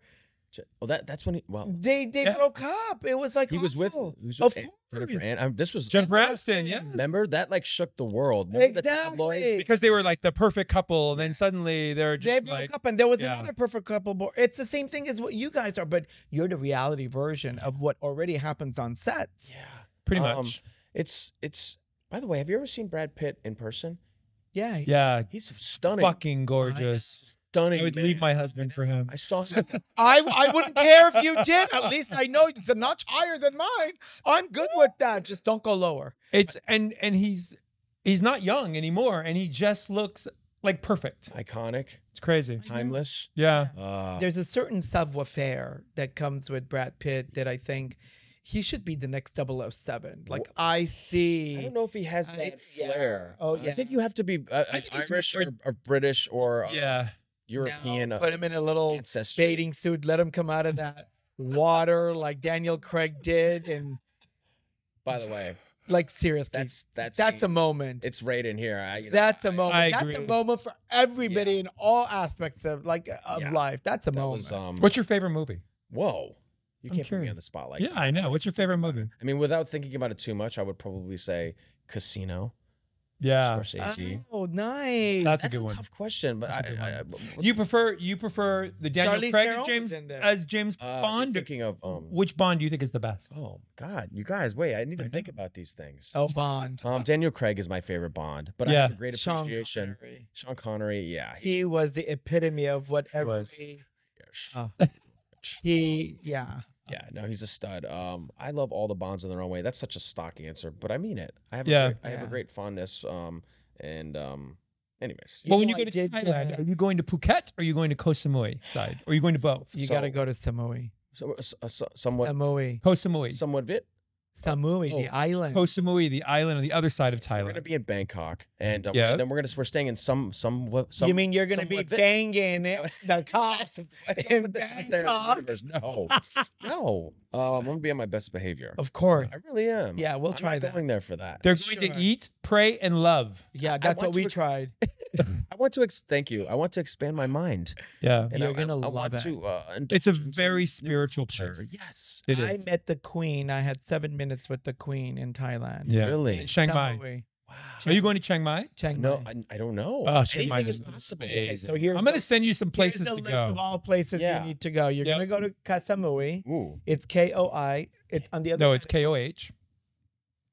[SPEAKER 3] J- Oh, that that's when he. Well,
[SPEAKER 1] They they
[SPEAKER 2] Yeah.
[SPEAKER 1] broke up. It was like
[SPEAKER 3] he was with. He
[SPEAKER 1] awful.
[SPEAKER 3] was
[SPEAKER 1] Oh, Of
[SPEAKER 3] with An- Jennifer. An- I- this was
[SPEAKER 2] Jennifer Aniston, yeah.
[SPEAKER 3] Remember that like shook the world. Remember the tabloid-
[SPEAKER 1] Exactly.
[SPEAKER 2] Because they were like the perfect couple, and then suddenly they're
[SPEAKER 1] They
[SPEAKER 2] just
[SPEAKER 1] broke
[SPEAKER 2] like,
[SPEAKER 1] up, and there was
[SPEAKER 2] yeah.
[SPEAKER 1] another perfect couple. Bo- it's the same thing as what you guys are, but you're the reality version of what already happens on sets.
[SPEAKER 3] Yeah.
[SPEAKER 2] pretty much.
[SPEAKER 3] Um, It's it's. By the way, have you ever seen Brad Pitt in person?
[SPEAKER 1] Yeah,
[SPEAKER 2] yeah,
[SPEAKER 3] He's stunning.
[SPEAKER 2] fucking gorgeous.
[SPEAKER 3] stunning.
[SPEAKER 2] I would
[SPEAKER 3] man.
[SPEAKER 2] leave my husband for him.
[SPEAKER 3] I saw him.
[SPEAKER 1] I I wouldn't care if you did. At least I know it's a notch higher than mine. I'm good with that. Just don't go lower.
[SPEAKER 2] It's and and he's he's not young anymore, and he just looks like perfect.
[SPEAKER 3] iconic,
[SPEAKER 2] It's crazy.
[SPEAKER 3] timeless.
[SPEAKER 2] Yeah,
[SPEAKER 3] Uh,
[SPEAKER 1] There's a certain savoir faire that comes with Brad Pitt that I think he should be the next 007. Like I
[SPEAKER 3] I
[SPEAKER 1] see.
[SPEAKER 3] don't know if he has
[SPEAKER 1] I-
[SPEAKER 3] that
[SPEAKER 1] yeah.
[SPEAKER 3] flair.
[SPEAKER 1] Oh,
[SPEAKER 3] I think
[SPEAKER 1] yeah.
[SPEAKER 3] you have to be uh, uh,
[SPEAKER 2] think he's
[SPEAKER 3] Irish or,
[SPEAKER 2] more-
[SPEAKER 3] or British or uh,
[SPEAKER 2] yeah.
[SPEAKER 3] European
[SPEAKER 1] No,
[SPEAKER 3] uh,
[SPEAKER 1] put him in a little
[SPEAKER 3] ancestry.
[SPEAKER 1] bathing suit. Let him come out of that water like Daniel Craig did, and
[SPEAKER 3] By the way,
[SPEAKER 1] like seriously,
[SPEAKER 3] that's that's
[SPEAKER 1] that's a moment.
[SPEAKER 3] it's right in here. I, you know,
[SPEAKER 1] That's
[SPEAKER 3] I-
[SPEAKER 1] a moment.
[SPEAKER 2] I
[SPEAKER 1] That's a
[SPEAKER 2] agree.
[SPEAKER 1] moment for everybody in all aspects of like uh, of
[SPEAKER 3] Yeah.
[SPEAKER 1] life. That's a
[SPEAKER 3] That
[SPEAKER 1] moment.
[SPEAKER 3] was um.
[SPEAKER 2] What's your favorite movie?
[SPEAKER 3] whoa, you
[SPEAKER 2] I'm
[SPEAKER 3] can't put me
[SPEAKER 2] curious.
[SPEAKER 3] on the spot like
[SPEAKER 2] Yeah,
[SPEAKER 3] that.
[SPEAKER 2] I know. What's your favorite movie?
[SPEAKER 3] I mean, without thinking about it too much, I would probably say Casino.
[SPEAKER 2] Yeah,
[SPEAKER 3] Scorsese.
[SPEAKER 1] oh, nice.
[SPEAKER 2] that's,
[SPEAKER 3] that's
[SPEAKER 2] a good one.
[SPEAKER 3] tough question, but I,
[SPEAKER 2] That's a good
[SPEAKER 3] I, I,
[SPEAKER 2] You prefer you prefer the Daniel
[SPEAKER 1] Charlize Theron
[SPEAKER 2] Craig as
[SPEAKER 1] was
[SPEAKER 2] James
[SPEAKER 1] in there.
[SPEAKER 2] as James Bond.
[SPEAKER 3] uh, Bond. Thinking of um.
[SPEAKER 2] Which Bond do you think is the best?
[SPEAKER 3] Oh God, you guys, wait! I need
[SPEAKER 2] I
[SPEAKER 3] to
[SPEAKER 2] know. uh
[SPEAKER 3] think about these things.
[SPEAKER 1] oh, Bond.
[SPEAKER 3] Um, Daniel Craig is my favorite Bond, but I have a
[SPEAKER 2] Yeah.
[SPEAKER 3] great
[SPEAKER 1] Sean
[SPEAKER 3] appreciation.
[SPEAKER 1] Connery.
[SPEAKER 3] Sean Connery, yeah,
[SPEAKER 1] He was the epitome of what
[SPEAKER 2] He was.
[SPEAKER 1] every
[SPEAKER 3] Irish.
[SPEAKER 1] Oh. he yeah.
[SPEAKER 3] Yeah, no, he's a stud. Um, I love all the Bonds in their own way. That's such a stock answer, but I mean it. I have,
[SPEAKER 2] Yeah.
[SPEAKER 3] a great, I have a
[SPEAKER 1] Yeah.
[SPEAKER 3] great fondness. Um, and um, anyways,
[SPEAKER 1] You
[SPEAKER 2] well, when
[SPEAKER 1] know
[SPEAKER 2] you go
[SPEAKER 1] I
[SPEAKER 2] to
[SPEAKER 1] did,
[SPEAKER 2] Thailand,
[SPEAKER 1] uh,
[SPEAKER 2] are you going to Phuket or are you going to Koh Samui side? Or are you going to both?
[SPEAKER 1] You gotta
[SPEAKER 3] So-
[SPEAKER 1] go to Samui.
[SPEAKER 3] so, so, so- somewhat,
[SPEAKER 1] Samui.
[SPEAKER 2] Koh Samui.
[SPEAKER 3] somewhat vit.
[SPEAKER 1] Samui, the
[SPEAKER 3] Oh.
[SPEAKER 1] island.
[SPEAKER 2] Koh Samui, the island on the other side of
[SPEAKER 3] We're gonna
[SPEAKER 2] Thailand.
[SPEAKER 3] be in Bangkok, and um,
[SPEAKER 2] Yeah.
[SPEAKER 3] and then we're gonna we're staying in some some. what- some
[SPEAKER 1] you mean you're gonna be
[SPEAKER 3] somewhat vit-
[SPEAKER 1] banging it, the cops?
[SPEAKER 3] I don't
[SPEAKER 1] in
[SPEAKER 3] put this out there in the
[SPEAKER 1] Bangkok?
[SPEAKER 3] universe. No, no. Um, I'm gonna be on my best behavior.
[SPEAKER 1] Of course.
[SPEAKER 3] I really am.
[SPEAKER 1] Yeah, we'll
[SPEAKER 3] I'm
[SPEAKER 1] try
[SPEAKER 3] not
[SPEAKER 1] that.
[SPEAKER 3] going there for that.
[SPEAKER 2] They're going
[SPEAKER 1] Sure.
[SPEAKER 2] to eat, pray, and love.
[SPEAKER 1] Yeah, that's
[SPEAKER 3] want
[SPEAKER 1] what we
[SPEAKER 3] to-
[SPEAKER 1] tried.
[SPEAKER 3] I want to ex- thank you. I want to expand my mind.
[SPEAKER 2] Yeah.
[SPEAKER 3] And
[SPEAKER 1] You're
[SPEAKER 3] I,
[SPEAKER 1] gonna
[SPEAKER 3] I, I
[SPEAKER 1] love
[SPEAKER 3] want
[SPEAKER 1] it.
[SPEAKER 3] to. Uh, indulge
[SPEAKER 2] It's a
[SPEAKER 3] in some
[SPEAKER 2] very
[SPEAKER 3] new
[SPEAKER 2] spiritual place.
[SPEAKER 3] culture. Yes,
[SPEAKER 2] It
[SPEAKER 1] I
[SPEAKER 2] is.
[SPEAKER 1] met the queen. I had seven minutes with the queen in Thailand.
[SPEAKER 2] Yeah.
[SPEAKER 3] really.
[SPEAKER 2] Chiang Mai.
[SPEAKER 1] Samui.
[SPEAKER 3] Wow.
[SPEAKER 2] Are you going to Chiang Mai?
[SPEAKER 1] Chiang Mai.
[SPEAKER 3] No, I, I don't know.
[SPEAKER 2] Oh, she
[SPEAKER 3] Anything
[SPEAKER 2] reminds
[SPEAKER 3] is
[SPEAKER 2] me of-
[SPEAKER 3] possible.
[SPEAKER 1] Okay, so here's
[SPEAKER 2] I'm going to
[SPEAKER 1] the-
[SPEAKER 2] send you some places
[SPEAKER 1] Here's the
[SPEAKER 2] to
[SPEAKER 1] list of
[SPEAKER 2] go.
[SPEAKER 1] all places
[SPEAKER 3] Yeah.
[SPEAKER 1] you need to go. You're
[SPEAKER 2] Yep.
[SPEAKER 1] gonna go to Kasamui.
[SPEAKER 3] Ooh.
[SPEAKER 1] It's K O I. It's on the other.
[SPEAKER 2] No,
[SPEAKER 1] side
[SPEAKER 2] it's KOH.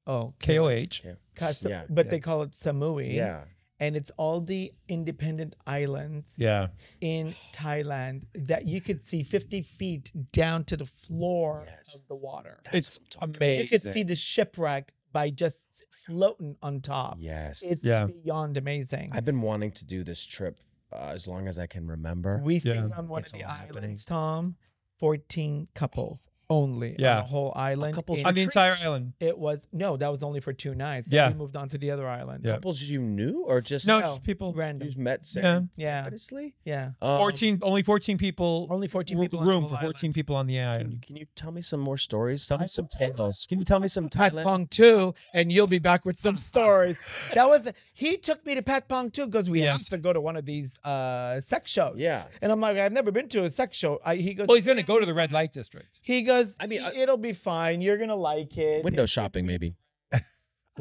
[SPEAKER 1] of- oh
[SPEAKER 2] KOH.
[SPEAKER 3] Yeah.
[SPEAKER 1] Kasam-
[SPEAKER 3] yeah.
[SPEAKER 1] but
[SPEAKER 2] yeah.
[SPEAKER 1] they call it Samui.
[SPEAKER 3] Yeah.
[SPEAKER 1] and it's all the independent islands
[SPEAKER 2] Yeah.
[SPEAKER 1] in Thailand that you could see 50 feet down to the floor
[SPEAKER 3] Yes.
[SPEAKER 1] of the water.
[SPEAKER 2] It's
[SPEAKER 1] You could see
[SPEAKER 2] amazing.
[SPEAKER 1] the shipwreck by just floating on top.
[SPEAKER 3] Yes.
[SPEAKER 1] It's
[SPEAKER 2] Yeah.
[SPEAKER 1] beyond amazing.
[SPEAKER 3] I've been wanting to do this trip uh, as long as I can remember.
[SPEAKER 1] We stayed
[SPEAKER 2] Yeah.
[SPEAKER 1] on one
[SPEAKER 3] It's
[SPEAKER 1] of the
[SPEAKER 3] all happening.
[SPEAKER 1] islands, Tom. 14 couples only on
[SPEAKER 2] Yeah.
[SPEAKER 1] the whole island.
[SPEAKER 3] couples
[SPEAKER 1] It-
[SPEAKER 2] On the entire
[SPEAKER 3] retreats.
[SPEAKER 2] island.
[SPEAKER 1] It was no, that was only for two nights. Then
[SPEAKER 2] Yeah.
[SPEAKER 1] we moved on to the other island.
[SPEAKER 2] Yeah.
[SPEAKER 3] Couples you knew or just
[SPEAKER 2] No,
[SPEAKER 1] No,
[SPEAKER 2] just people.
[SPEAKER 1] random.
[SPEAKER 3] you've met
[SPEAKER 2] Yeah.
[SPEAKER 3] serendipitously?
[SPEAKER 1] Yeah, yeah.
[SPEAKER 3] Um,
[SPEAKER 2] 14, only 14 people.
[SPEAKER 1] Only 14
[SPEAKER 2] ro-
[SPEAKER 1] people on the
[SPEAKER 2] room
[SPEAKER 1] whole
[SPEAKER 2] for 14 people on the
[SPEAKER 3] Um, Can you,
[SPEAKER 2] island.
[SPEAKER 3] can you tell me some more stories? Tell
[SPEAKER 2] I
[SPEAKER 3] me some tales. Can you tell me some
[SPEAKER 1] Pat
[SPEAKER 3] Thailand?
[SPEAKER 1] Pong too, and you'll be back with some stories. That was he took me to Pat Pong too because we
[SPEAKER 2] Yes.
[SPEAKER 1] have to go to one of these uh, sex shows.
[SPEAKER 3] Yeah.
[SPEAKER 1] and I'm like, I've never been to a sex show. I, he goes,
[SPEAKER 2] Well, he's going to go to the red light district.
[SPEAKER 1] He goes, I
[SPEAKER 3] I mean,
[SPEAKER 1] mean,
[SPEAKER 3] I-
[SPEAKER 1] it'll be fine. You're gonna like it.
[SPEAKER 3] Window shopping, maybe.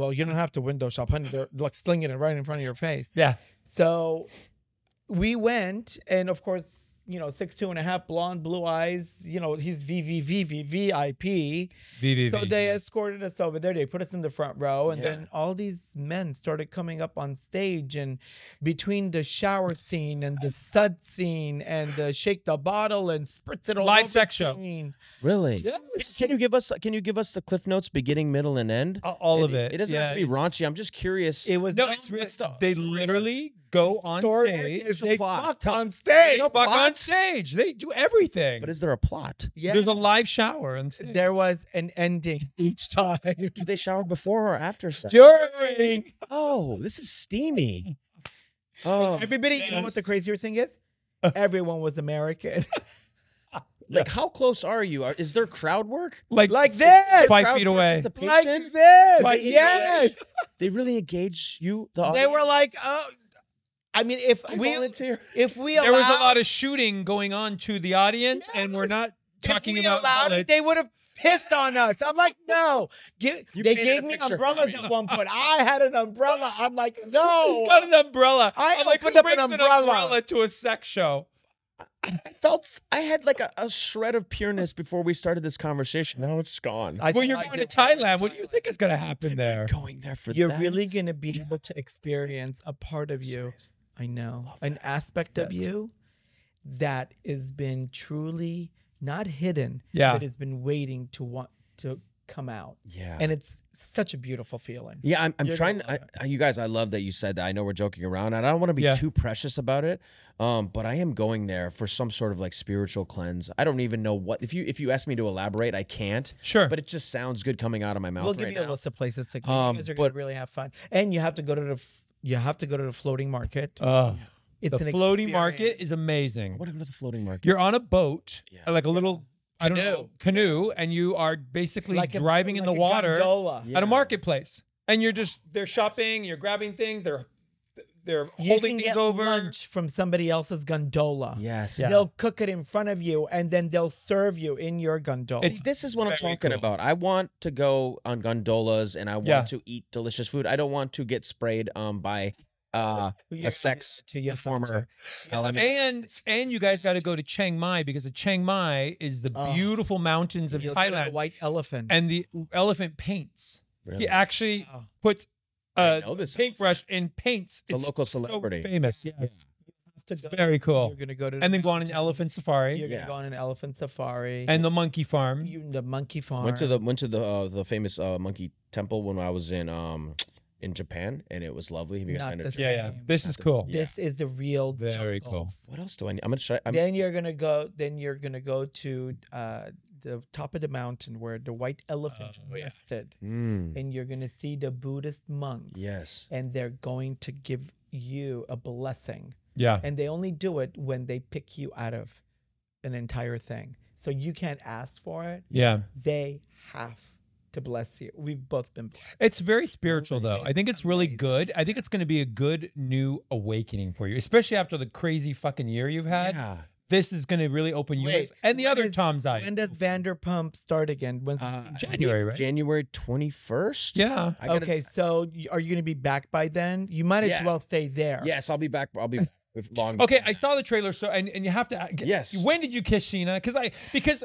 [SPEAKER 1] Well, you don't have to window shop, honey. They're like slinging it right in front of your face.
[SPEAKER 2] Yeah.
[SPEAKER 1] So we went, and of course, you know, six two and a half, blonde, blue eyes. You know, he's VVVVVIP.
[SPEAKER 2] VVV.
[SPEAKER 1] So they escorted us over there. They put us in the front row, and
[SPEAKER 3] Yeah.
[SPEAKER 1] then all these men started coming up on stage, and between the shower scene and the stud scene and the shake the bottle and spritz it all
[SPEAKER 2] Live
[SPEAKER 1] over
[SPEAKER 2] sex show.
[SPEAKER 1] scene.
[SPEAKER 3] Really?
[SPEAKER 2] Yes.
[SPEAKER 3] Can you give us can you give us the cliff notes beginning, middle, and end?
[SPEAKER 2] A- all of it.
[SPEAKER 3] It doesn't have to
[SPEAKER 2] yeah.
[SPEAKER 3] be raunchy. I'm just curious.
[SPEAKER 1] It was
[SPEAKER 2] No, it's
[SPEAKER 1] really
[SPEAKER 2] real
[SPEAKER 3] stuff.
[SPEAKER 2] They literally go on
[SPEAKER 1] story.
[SPEAKER 2] stage.
[SPEAKER 1] They
[SPEAKER 3] plot.
[SPEAKER 1] fucked
[SPEAKER 3] Tell-
[SPEAKER 1] on
[SPEAKER 2] They
[SPEAKER 1] stage.
[SPEAKER 2] fuck on stage. They do everything.
[SPEAKER 3] but is there a plot?
[SPEAKER 1] Yeah.
[SPEAKER 2] There's a live shower on stage.
[SPEAKER 1] there was an ending each time.
[SPEAKER 3] Do they shower before or after sex?
[SPEAKER 1] During
[SPEAKER 3] Oh, this is steamy. Oh,
[SPEAKER 1] everybody, you know what the crazier thing is?
[SPEAKER 2] Uh.
[SPEAKER 1] Everyone was American.
[SPEAKER 3] like how close are you? Are- Is there crowd work?
[SPEAKER 2] like,
[SPEAKER 1] like this.
[SPEAKER 2] Five
[SPEAKER 3] Crowd
[SPEAKER 2] feet
[SPEAKER 3] work
[SPEAKER 2] away.
[SPEAKER 3] Just a
[SPEAKER 1] Like
[SPEAKER 3] patient?
[SPEAKER 1] this.
[SPEAKER 2] Like
[SPEAKER 1] yes.
[SPEAKER 3] They really engage you. The
[SPEAKER 1] They were
[SPEAKER 3] audience?
[SPEAKER 1] like, oh, I mean, if
[SPEAKER 3] I
[SPEAKER 1] we
[SPEAKER 3] volunteer.
[SPEAKER 1] if we
[SPEAKER 2] There
[SPEAKER 1] allowed,
[SPEAKER 2] was a lot of shooting going on to the audience, and we're not talking
[SPEAKER 1] if we
[SPEAKER 2] about
[SPEAKER 1] allowed it,
[SPEAKER 2] bullets.
[SPEAKER 1] they would have pissed on us. I'm like, no. Give,
[SPEAKER 3] You
[SPEAKER 1] they
[SPEAKER 3] painted
[SPEAKER 1] gave
[SPEAKER 3] a
[SPEAKER 1] me
[SPEAKER 3] picture.
[SPEAKER 1] umbrellas at one point. I had an umbrella. I'm like, no.
[SPEAKER 2] He's got an umbrella.
[SPEAKER 1] I
[SPEAKER 2] am like,
[SPEAKER 1] opened
[SPEAKER 2] who
[SPEAKER 1] up an
[SPEAKER 2] brings
[SPEAKER 1] umbrella.
[SPEAKER 2] to a sex show?
[SPEAKER 3] I felt s- I had like a, a shred of pureness before we started this conversation. Now it's gone.
[SPEAKER 1] I
[SPEAKER 2] well,
[SPEAKER 1] think
[SPEAKER 2] you're
[SPEAKER 1] I
[SPEAKER 2] going to
[SPEAKER 1] did-
[SPEAKER 2] Thailand. What do you think is going to happen there?
[SPEAKER 3] going there for
[SPEAKER 1] You're
[SPEAKER 3] that.
[SPEAKER 1] really going to be able to experience a part of you. I know. An aspect of
[SPEAKER 3] Yes.
[SPEAKER 1] you that has been truly not hidden,
[SPEAKER 2] Yeah.
[SPEAKER 1] but has been waiting to want to come out.
[SPEAKER 3] yeah.
[SPEAKER 1] And it's such a beautiful feeling.
[SPEAKER 3] Yeah, I'm, I'm
[SPEAKER 1] You're
[SPEAKER 3] trying.
[SPEAKER 1] gonna
[SPEAKER 3] I,
[SPEAKER 1] love
[SPEAKER 3] I- you guys, I love that you said that. I know we're joking around, and I don't want to be
[SPEAKER 2] Yeah.
[SPEAKER 3] too precious about it. Um, but I am going there for some sort of like spiritual cleanse. I don't even know what. If you if you ask me to elaborate, I can't.
[SPEAKER 2] Sure.
[SPEAKER 3] But it just sounds good coming out of my mouth.
[SPEAKER 1] We'll give
[SPEAKER 3] right
[SPEAKER 1] you a
[SPEAKER 3] now.
[SPEAKER 1] list of places to go.
[SPEAKER 3] Um,
[SPEAKER 1] you guys are
[SPEAKER 3] but-
[SPEAKER 1] gonna really have fun, and you have to go to the f- you have to go to the floating market.
[SPEAKER 2] Uh,
[SPEAKER 1] It's
[SPEAKER 2] the
[SPEAKER 1] an
[SPEAKER 2] floating market
[SPEAKER 1] experience.
[SPEAKER 2] is amazing.
[SPEAKER 3] I want to go to the floating market.
[SPEAKER 2] You're on a boat,
[SPEAKER 3] Yeah.
[SPEAKER 2] like a little, I don't know, canoe, and you are basically
[SPEAKER 1] Like a-
[SPEAKER 2] driving in
[SPEAKER 1] like
[SPEAKER 2] the
[SPEAKER 1] a
[SPEAKER 2] water
[SPEAKER 1] gondola.
[SPEAKER 3] Yeah.
[SPEAKER 2] at a marketplace, and you're just they're shopping, you're grabbing things, they're they're
[SPEAKER 1] You
[SPEAKER 2] holding
[SPEAKER 1] can
[SPEAKER 2] things
[SPEAKER 1] get
[SPEAKER 2] over.
[SPEAKER 1] lunch from somebody else's gondola.
[SPEAKER 3] Yes.
[SPEAKER 2] Yeah.
[SPEAKER 1] They'll cook it in front of you, and then they'll serve you in your gondola.
[SPEAKER 3] See, this is what I'm
[SPEAKER 2] Very
[SPEAKER 3] talking
[SPEAKER 2] cool.
[SPEAKER 3] about. I want to go on gondolas and I want
[SPEAKER 2] Yeah.
[SPEAKER 3] to eat delicious food. I don't want to get sprayed um by uh
[SPEAKER 1] You're
[SPEAKER 3] a sex
[SPEAKER 1] to your
[SPEAKER 3] performer. element.
[SPEAKER 2] And and you guys got to go to Chiang Mai because the Chiang Mai is the
[SPEAKER 1] Oh.
[SPEAKER 2] beautiful mountains of
[SPEAKER 1] You'll get a
[SPEAKER 2] Thailand,
[SPEAKER 1] white elephant.
[SPEAKER 2] and the elephant paints.
[SPEAKER 3] Really?
[SPEAKER 2] He actually
[SPEAKER 1] Wow.
[SPEAKER 2] puts
[SPEAKER 3] I
[SPEAKER 2] a
[SPEAKER 3] know this
[SPEAKER 2] paintbrush and paints.
[SPEAKER 3] It's a local celebrity.
[SPEAKER 2] So famous, yes.
[SPEAKER 1] To
[SPEAKER 2] It's
[SPEAKER 1] go-
[SPEAKER 2] very cool.
[SPEAKER 1] You're gonna go to
[SPEAKER 2] And then go on an
[SPEAKER 1] mountains.
[SPEAKER 2] elephant safari
[SPEAKER 1] You're
[SPEAKER 3] Yeah.
[SPEAKER 1] gonna go on an elephant safari.
[SPEAKER 2] and the monkey farm.
[SPEAKER 1] you, the monkey farm.
[SPEAKER 3] Went to the went to the uh, the famous uh, monkey temple when I was in um in Japan and it was lovely. Have you guys
[SPEAKER 1] Not
[SPEAKER 3] been to
[SPEAKER 1] the
[SPEAKER 3] Japan?
[SPEAKER 2] yeah, yeah.
[SPEAKER 1] same.
[SPEAKER 2] This is cool.
[SPEAKER 3] Yeah.
[SPEAKER 1] This is the real. jungle.
[SPEAKER 2] Very cool.
[SPEAKER 3] What else do I need? I'm gonna try. I'm,
[SPEAKER 1] then you're gonna go. Then you're gonna go to uh, the top of the mountain where the white elephant
[SPEAKER 2] Oh, yeah.
[SPEAKER 1] rested,
[SPEAKER 3] Mm,
[SPEAKER 1] and you're gonna see the Buddhist monks.
[SPEAKER 3] yes.
[SPEAKER 1] And they're going to give you a blessing,
[SPEAKER 2] Yeah.
[SPEAKER 1] and they only do it when they pick you out of an entire thing. So you can't ask for it.
[SPEAKER 2] Yeah.
[SPEAKER 1] They have to bless you. We've both been blessed.
[SPEAKER 2] It's very spiritual though. I think it's really
[SPEAKER 1] Amazing.
[SPEAKER 2] good. I think it's going to be a good new awakening for you, especially after the crazy fucking year you've had.
[SPEAKER 3] Yeah.
[SPEAKER 2] This is going to really open you
[SPEAKER 1] Wait,
[SPEAKER 2] and the
[SPEAKER 1] when
[SPEAKER 2] other
[SPEAKER 1] is-
[SPEAKER 2] Tom's eyes.
[SPEAKER 1] When did Vanderpump start again? When?
[SPEAKER 3] Uh,
[SPEAKER 2] January, right?
[SPEAKER 3] January 21st.
[SPEAKER 2] yeah.
[SPEAKER 3] I gotta,
[SPEAKER 1] okay, so y- are you going to be back by then? You might as
[SPEAKER 3] Yeah.
[SPEAKER 1] well stay there.
[SPEAKER 3] Yes, I'll be back. I'll be with long.
[SPEAKER 2] Okay, I saw the trailer. So and, and you have to. uh,
[SPEAKER 3] Yes.
[SPEAKER 2] When did you kiss Sheena? Because I because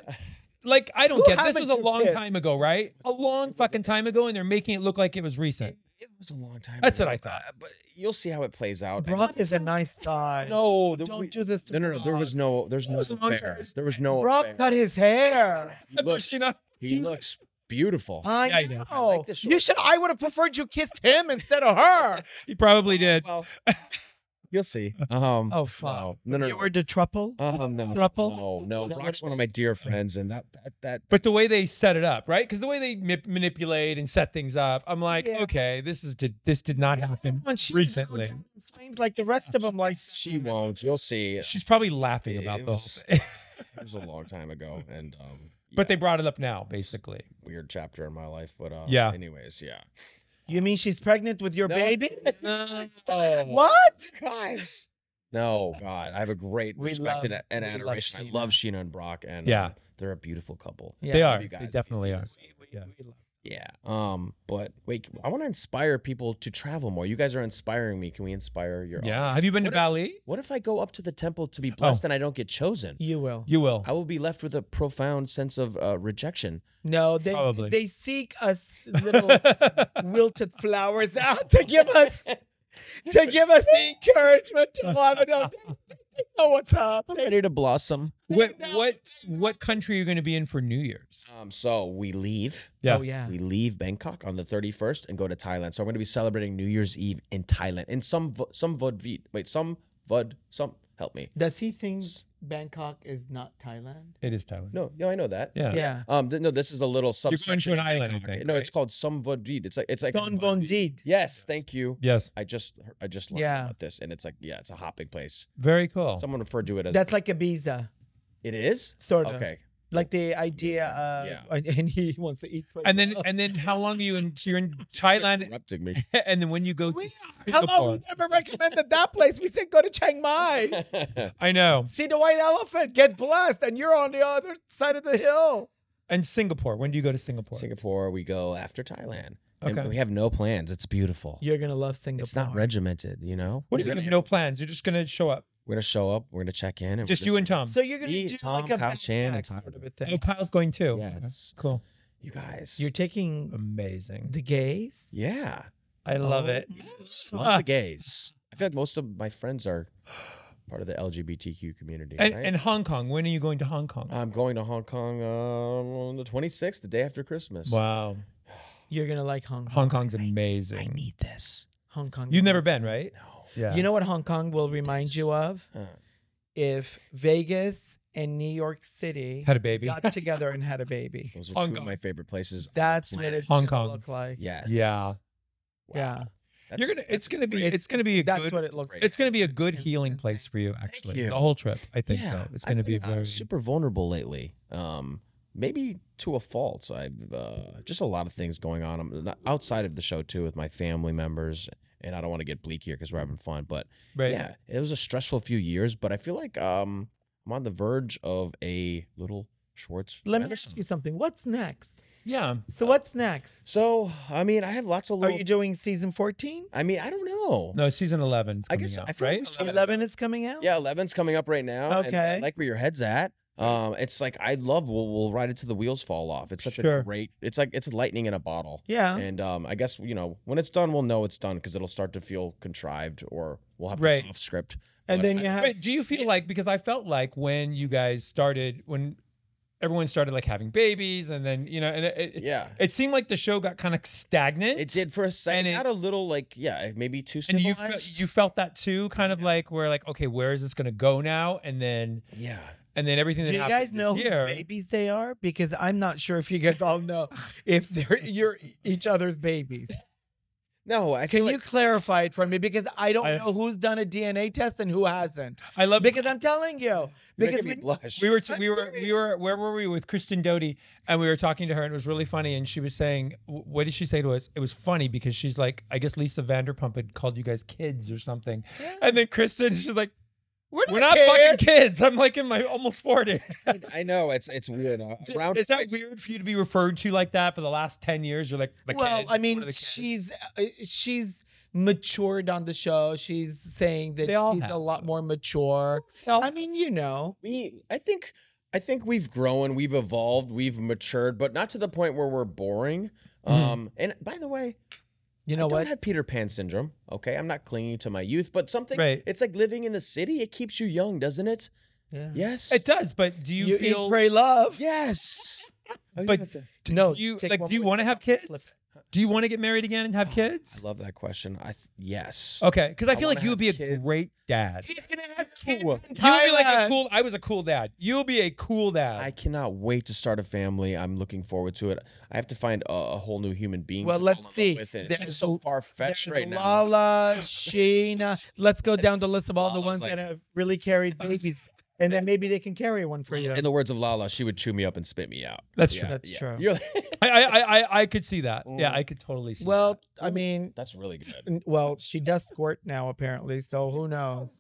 [SPEAKER 2] like I don't
[SPEAKER 1] Who
[SPEAKER 2] get this was
[SPEAKER 1] haven't
[SPEAKER 2] a
[SPEAKER 1] you
[SPEAKER 2] long
[SPEAKER 1] kissed?
[SPEAKER 2] time ago, right? A long fucking time ago, and they're making it look like it was recent.
[SPEAKER 3] It was a long time.
[SPEAKER 2] That's what
[SPEAKER 3] ago,
[SPEAKER 2] I thought.
[SPEAKER 3] uh, But you'll see how it plays out. I
[SPEAKER 1] Brock
[SPEAKER 3] think-
[SPEAKER 1] is a nice guy.
[SPEAKER 3] No, the-
[SPEAKER 1] don't
[SPEAKER 3] we-
[SPEAKER 1] do this. To
[SPEAKER 3] No, no, no. There was no. There's no
[SPEAKER 1] was a long
[SPEAKER 3] affair.
[SPEAKER 1] time.
[SPEAKER 3] There was no.
[SPEAKER 1] Brock
[SPEAKER 3] affair.
[SPEAKER 1] cut his hair.
[SPEAKER 3] He looks,
[SPEAKER 2] Sheena,
[SPEAKER 3] he looks beautiful.
[SPEAKER 1] I
[SPEAKER 2] Yeah, I know.
[SPEAKER 1] know.
[SPEAKER 3] I like this
[SPEAKER 1] you
[SPEAKER 3] short-
[SPEAKER 1] should. I would have preferred you kissed him instead of her.
[SPEAKER 2] he probably did.
[SPEAKER 3] Well, you'll see. Um.
[SPEAKER 1] Oh fuck.
[SPEAKER 3] No, no, no.
[SPEAKER 1] You were the trouble.
[SPEAKER 3] um, no,
[SPEAKER 1] Thruple?
[SPEAKER 3] no, no.
[SPEAKER 1] That
[SPEAKER 3] Brock's
[SPEAKER 1] would've
[SPEAKER 3] one of my dear friends, and that that that.
[SPEAKER 2] But the way they set it up, right? Because the way they ma- manipulate and set things up, I'm like,
[SPEAKER 1] Yeah.
[SPEAKER 2] okay, this is did, this did not happen
[SPEAKER 1] When she was going
[SPEAKER 2] recently.
[SPEAKER 1] down in flames like the rest of them. Like
[SPEAKER 3] She won't. You'll see. It
[SPEAKER 2] She's probably laughing about
[SPEAKER 3] It
[SPEAKER 2] the whole
[SPEAKER 3] was-
[SPEAKER 2] thing.
[SPEAKER 3] was a long time ago, and um.
[SPEAKER 2] but
[SPEAKER 3] yeah,
[SPEAKER 2] they brought it up now, basically.
[SPEAKER 3] weird chapter in my life, but uh,
[SPEAKER 2] Yeah.
[SPEAKER 3] Anyways, yeah.
[SPEAKER 1] You mean she's pregnant with your
[SPEAKER 3] No.
[SPEAKER 1] baby?
[SPEAKER 3] Oh,
[SPEAKER 1] What?
[SPEAKER 3] guys. No, God, I have a great
[SPEAKER 1] We
[SPEAKER 3] respect and,
[SPEAKER 1] love-
[SPEAKER 3] and
[SPEAKER 1] we love
[SPEAKER 3] adoration. I
[SPEAKER 1] Sheena.
[SPEAKER 3] love Sheena and Brock, and
[SPEAKER 2] Yeah.
[SPEAKER 3] um, they're a beautiful couple.
[SPEAKER 1] Yeah.
[SPEAKER 2] they
[SPEAKER 1] I
[SPEAKER 2] are.
[SPEAKER 3] love you
[SPEAKER 2] They
[SPEAKER 3] guys.
[SPEAKER 2] definitely are. Yeah.
[SPEAKER 3] Yeah. Um, but wait, I want to inspire people to travel more. You guys are inspiring me. Can we inspire your?
[SPEAKER 2] Yeah. Oh.
[SPEAKER 3] audience?
[SPEAKER 2] Have you been to
[SPEAKER 3] What-
[SPEAKER 2] Bali?
[SPEAKER 3] What if I go up to the temple to be blessed and I don't get chosen?
[SPEAKER 1] You will.
[SPEAKER 2] You will.
[SPEAKER 3] I will be left with a profound sense of uh, rejection.
[SPEAKER 1] No, they
[SPEAKER 2] Probably.
[SPEAKER 1] they seek us little wilted flowers out to give us to give us the encouragement to want to know, they know what's up.
[SPEAKER 3] I'm ready to blossom.
[SPEAKER 2] what what what country are you going to be in for New Year's?
[SPEAKER 3] Um, so we leave.
[SPEAKER 2] Yeah.
[SPEAKER 1] Oh yeah.
[SPEAKER 3] We leave Bangkok on the 31st and go to Thailand. So I'm going to be celebrating New Year's Eve in Thailand. In some vo- some vodvit. Wait, some vod some help me.
[SPEAKER 1] Does he think Bangkok is not Thailand?
[SPEAKER 2] It is Thailand.
[SPEAKER 3] No, no, I know that.
[SPEAKER 2] Yeah.
[SPEAKER 1] Yeah.
[SPEAKER 3] Um, th- no, this is a little
[SPEAKER 2] You're going to
[SPEAKER 3] subsection.
[SPEAKER 2] an island, I think.
[SPEAKER 3] No,
[SPEAKER 2] right?
[SPEAKER 3] it's called some vodvit. It's like it's like
[SPEAKER 1] Don Von Deed.
[SPEAKER 3] Yes, thank you.
[SPEAKER 2] yes.
[SPEAKER 3] I just I just learned
[SPEAKER 1] Yeah.
[SPEAKER 3] about this, and it's like yeah, it's a hopping place.
[SPEAKER 2] Very cool.
[SPEAKER 3] Someone referred to it as
[SPEAKER 1] That's like Ibiza,
[SPEAKER 3] it is.
[SPEAKER 1] sort of.
[SPEAKER 3] Okay,
[SPEAKER 1] like the idea of
[SPEAKER 3] Yeah.
[SPEAKER 1] and, and he wants to eat.
[SPEAKER 2] And then and then how long are you in? So you're in Thailand,
[SPEAKER 3] Interrupting me.
[SPEAKER 2] and then when you go to
[SPEAKER 1] hello,
[SPEAKER 2] Singapore,
[SPEAKER 1] we never recommended that place. We said go to Chiang Mai,
[SPEAKER 2] I know.
[SPEAKER 1] see the white elephant, get blessed, and you're on the other side of the hill.
[SPEAKER 2] And Singapore, when do you go to Singapore?
[SPEAKER 3] Singapore, we go after Thailand. And
[SPEAKER 2] Okay.
[SPEAKER 3] we have no plans. It's beautiful.
[SPEAKER 1] You're gonna love Singapore.
[SPEAKER 3] It's not regimented, you know?
[SPEAKER 2] What are you gonna have? No plans. You're just gonna show up.
[SPEAKER 3] We're going to show up. We're going to check in. And
[SPEAKER 2] Just you and Tom.
[SPEAKER 1] So you're gonna
[SPEAKER 3] Me,
[SPEAKER 1] do
[SPEAKER 3] Tom,
[SPEAKER 1] like a
[SPEAKER 3] Kyle Chan, and
[SPEAKER 1] backpack
[SPEAKER 3] Tyler.
[SPEAKER 1] sort of a
[SPEAKER 2] Oh,
[SPEAKER 1] thing.
[SPEAKER 2] Kyle's going too.
[SPEAKER 3] Yeah,
[SPEAKER 2] Okay.
[SPEAKER 3] it's-
[SPEAKER 2] Cool.
[SPEAKER 3] You guys.
[SPEAKER 1] You're taking
[SPEAKER 2] Amazing.
[SPEAKER 1] the gays.
[SPEAKER 3] yeah.
[SPEAKER 1] I love
[SPEAKER 3] Oh,
[SPEAKER 1] it.
[SPEAKER 3] Just Love the gays. I feel like most of my friends are part of the LGBTQ community.
[SPEAKER 2] And,
[SPEAKER 3] right?
[SPEAKER 2] and Hong Kong. When are you going to Hong Kong?
[SPEAKER 3] I'm going to Hong Kong uh, on the 26th, the day after Christmas.
[SPEAKER 2] wow.
[SPEAKER 1] You're gonna like Hong Kong.
[SPEAKER 2] Hong Kong's amazing.
[SPEAKER 3] I need this.
[SPEAKER 1] Hong Kong.
[SPEAKER 2] You've never
[SPEAKER 1] gays.
[SPEAKER 2] been, right?
[SPEAKER 3] No.
[SPEAKER 2] Yeah.
[SPEAKER 1] You know what Hong Kong will remind you of?
[SPEAKER 3] Uh,
[SPEAKER 1] If Vegas and New York City
[SPEAKER 2] had a baby.
[SPEAKER 1] got together and had a baby.
[SPEAKER 3] those are
[SPEAKER 2] Hong
[SPEAKER 3] two
[SPEAKER 2] Kong.
[SPEAKER 3] of my favorite places.
[SPEAKER 1] That's what it's
[SPEAKER 2] Hong
[SPEAKER 1] Hong Kong
[SPEAKER 2] Kong.
[SPEAKER 1] look like.
[SPEAKER 3] Yeah.
[SPEAKER 2] Yeah.
[SPEAKER 1] Yeah.
[SPEAKER 3] That's-
[SPEAKER 2] You're gonna.
[SPEAKER 3] that's
[SPEAKER 2] It's gonna be.
[SPEAKER 1] great.
[SPEAKER 2] It's, gonna be a
[SPEAKER 1] That's
[SPEAKER 2] good.
[SPEAKER 1] what it looks
[SPEAKER 3] great.
[SPEAKER 1] like.
[SPEAKER 2] It's gonna be a good healing place for you. Actually,
[SPEAKER 3] you.
[SPEAKER 2] the whole trip. I think so. It's
[SPEAKER 3] I've
[SPEAKER 2] gonna be
[SPEAKER 3] been, uh,
[SPEAKER 2] very.
[SPEAKER 3] super vulnerable lately. Um, maybe to a fault. I've uh, just a lot of things going on. I'm not- outside of the show too with my family members, and I don't want to get bleak here because we're having fun. But
[SPEAKER 2] right.
[SPEAKER 3] yeah, it was a stressful few years. But I feel like um, I'm on the verge of a little Schwartz.
[SPEAKER 1] Let me
[SPEAKER 3] Anderson.
[SPEAKER 1] ask you something. What's next?
[SPEAKER 2] Yeah.
[SPEAKER 1] So what's next?
[SPEAKER 3] So I mean, I have lots of
[SPEAKER 1] Are
[SPEAKER 3] little.
[SPEAKER 1] you doing season 14?
[SPEAKER 3] I mean, I don't know.
[SPEAKER 2] No, season eleven.
[SPEAKER 3] I guess
[SPEAKER 2] out,
[SPEAKER 3] I feel like
[SPEAKER 2] right.
[SPEAKER 3] we started-
[SPEAKER 1] 11 is coming out?
[SPEAKER 3] Yeah, 11's coming up right now. and I
[SPEAKER 1] Okay.
[SPEAKER 3] like where your head's at. Um, it's like I love. We'll, we'll ride it to the wheels fall off. It's such
[SPEAKER 2] Sure.
[SPEAKER 3] a great. It's like it's lightning in a bottle.
[SPEAKER 1] Yeah.
[SPEAKER 3] And um, I guess you know when it's done, we'll know it's done because it'll start to feel contrived, or we'll have
[SPEAKER 2] Right.
[SPEAKER 3] a soft script.
[SPEAKER 1] And
[SPEAKER 3] But
[SPEAKER 1] then
[SPEAKER 3] I-
[SPEAKER 1] you have
[SPEAKER 2] Wait, do you feel like because I felt like when you guys started when everyone started like having babies and then you know and it, it,
[SPEAKER 3] yeah,
[SPEAKER 2] it seemed like the show got kind of stagnant.
[SPEAKER 3] it did for a second.
[SPEAKER 2] it-
[SPEAKER 3] Got a little like yeah, maybe too
[SPEAKER 2] And you
[SPEAKER 3] civilized.
[SPEAKER 2] fe- you felt that too, kind of like where like okay, where is this going to go now? And then
[SPEAKER 3] yeah,
[SPEAKER 2] and then everything.
[SPEAKER 1] Do
[SPEAKER 2] that
[SPEAKER 1] you
[SPEAKER 2] happened
[SPEAKER 1] guys
[SPEAKER 2] this
[SPEAKER 1] know whose
[SPEAKER 2] year-
[SPEAKER 1] babies they are? Because I'm not sure if you guys all know if they're you're each other's babies.
[SPEAKER 3] no, I
[SPEAKER 1] Can
[SPEAKER 3] feel
[SPEAKER 1] you
[SPEAKER 3] like-
[SPEAKER 1] clarify it for me? Because I don't
[SPEAKER 2] I-
[SPEAKER 1] know who's done a DNA test and who hasn't.
[SPEAKER 2] I love
[SPEAKER 1] Because I'm telling you.
[SPEAKER 3] you're making
[SPEAKER 1] Because
[SPEAKER 3] me
[SPEAKER 1] we-
[SPEAKER 3] blush.
[SPEAKER 2] We were t- we were we were where were we with Kristen Doty and we were talking to her and it was really funny and she was saying wh- what did she say to us? It was funny because she's like I guess Lisa Vanderpump had called you guys kids or something, and then Kristen she's like we're not,
[SPEAKER 1] We're not
[SPEAKER 2] fucking kids. I'm like in my almost forty.
[SPEAKER 3] I know it's it's weird. Uh, Around
[SPEAKER 2] Is that weird for you to be referred to like that for the last ten years? You're like the
[SPEAKER 1] well,
[SPEAKER 2] kid,
[SPEAKER 1] I
[SPEAKER 2] one of
[SPEAKER 1] mean,
[SPEAKER 2] the kids.
[SPEAKER 1] she's uh, she's matured on the show. She's saying that
[SPEAKER 2] They all
[SPEAKER 1] she's
[SPEAKER 2] have.
[SPEAKER 1] a lot more mature.
[SPEAKER 2] Well,
[SPEAKER 1] I mean, you know.
[SPEAKER 3] we i think i think we've grown we've evolved we've matured but not to the point where we're boring um and by the way
[SPEAKER 1] Mm-hmm. You know
[SPEAKER 3] i don't
[SPEAKER 1] what?
[SPEAKER 3] have peter pan syndrome okay i'm not clinging to my youth but something
[SPEAKER 2] Right.
[SPEAKER 3] it's like living in the city it keeps you young doesn't it
[SPEAKER 1] yeah.
[SPEAKER 3] yes
[SPEAKER 2] it does, but do you,
[SPEAKER 1] You,
[SPEAKER 2] feel
[SPEAKER 1] eat, pray, love.
[SPEAKER 3] yes Oh, you
[SPEAKER 2] But-
[SPEAKER 3] have to-
[SPEAKER 2] do
[SPEAKER 1] No,
[SPEAKER 2] you
[SPEAKER 1] take
[SPEAKER 2] like
[SPEAKER 1] one
[SPEAKER 2] do you
[SPEAKER 1] more
[SPEAKER 2] want to
[SPEAKER 1] sip.
[SPEAKER 2] have kids?
[SPEAKER 1] Flip.
[SPEAKER 2] Do you want to get married again and have kids?
[SPEAKER 3] Oh, i love that question i th- yes
[SPEAKER 1] Oh,
[SPEAKER 2] Okay, because I
[SPEAKER 3] I
[SPEAKER 2] feel like
[SPEAKER 3] wanna
[SPEAKER 2] you would
[SPEAKER 3] have
[SPEAKER 2] be a
[SPEAKER 3] kids.
[SPEAKER 2] great dad.
[SPEAKER 1] He's gonna have kids.
[SPEAKER 3] Ooh.
[SPEAKER 1] in
[SPEAKER 2] You'll be like a
[SPEAKER 1] Thailand.
[SPEAKER 2] cool. I was a cool dad. You'll be a cool dad.
[SPEAKER 3] I cannot wait to start a family. I'm looking forward to it. I have to find a, a whole new human being.
[SPEAKER 1] Well,
[SPEAKER 3] to
[SPEAKER 1] let's
[SPEAKER 3] fall in love
[SPEAKER 1] see.
[SPEAKER 3] With and
[SPEAKER 1] There's
[SPEAKER 3] it's so
[SPEAKER 1] a-
[SPEAKER 3] far fetched
[SPEAKER 1] There's
[SPEAKER 3] right now.
[SPEAKER 1] Lala, Sheena. Let's go down the list of all the
[SPEAKER 3] Lala's
[SPEAKER 1] ones
[SPEAKER 3] like-
[SPEAKER 1] that have really carried babies, and then maybe they can carry one for you.
[SPEAKER 3] In the words of Lala, she would chew me up and spit me out.
[SPEAKER 2] That's true.
[SPEAKER 1] That's true.
[SPEAKER 3] You're-
[SPEAKER 2] I, I, I, I- I could see that.
[SPEAKER 3] Mm.
[SPEAKER 2] Yeah, I could totally see.
[SPEAKER 1] Well, I
[SPEAKER 3] Ooh.
[SPEAKER 1] mean,
[SPEAKER 3] That's really good.
[SPEAKER 1] n- well, she does squirt now apparently, so who knows?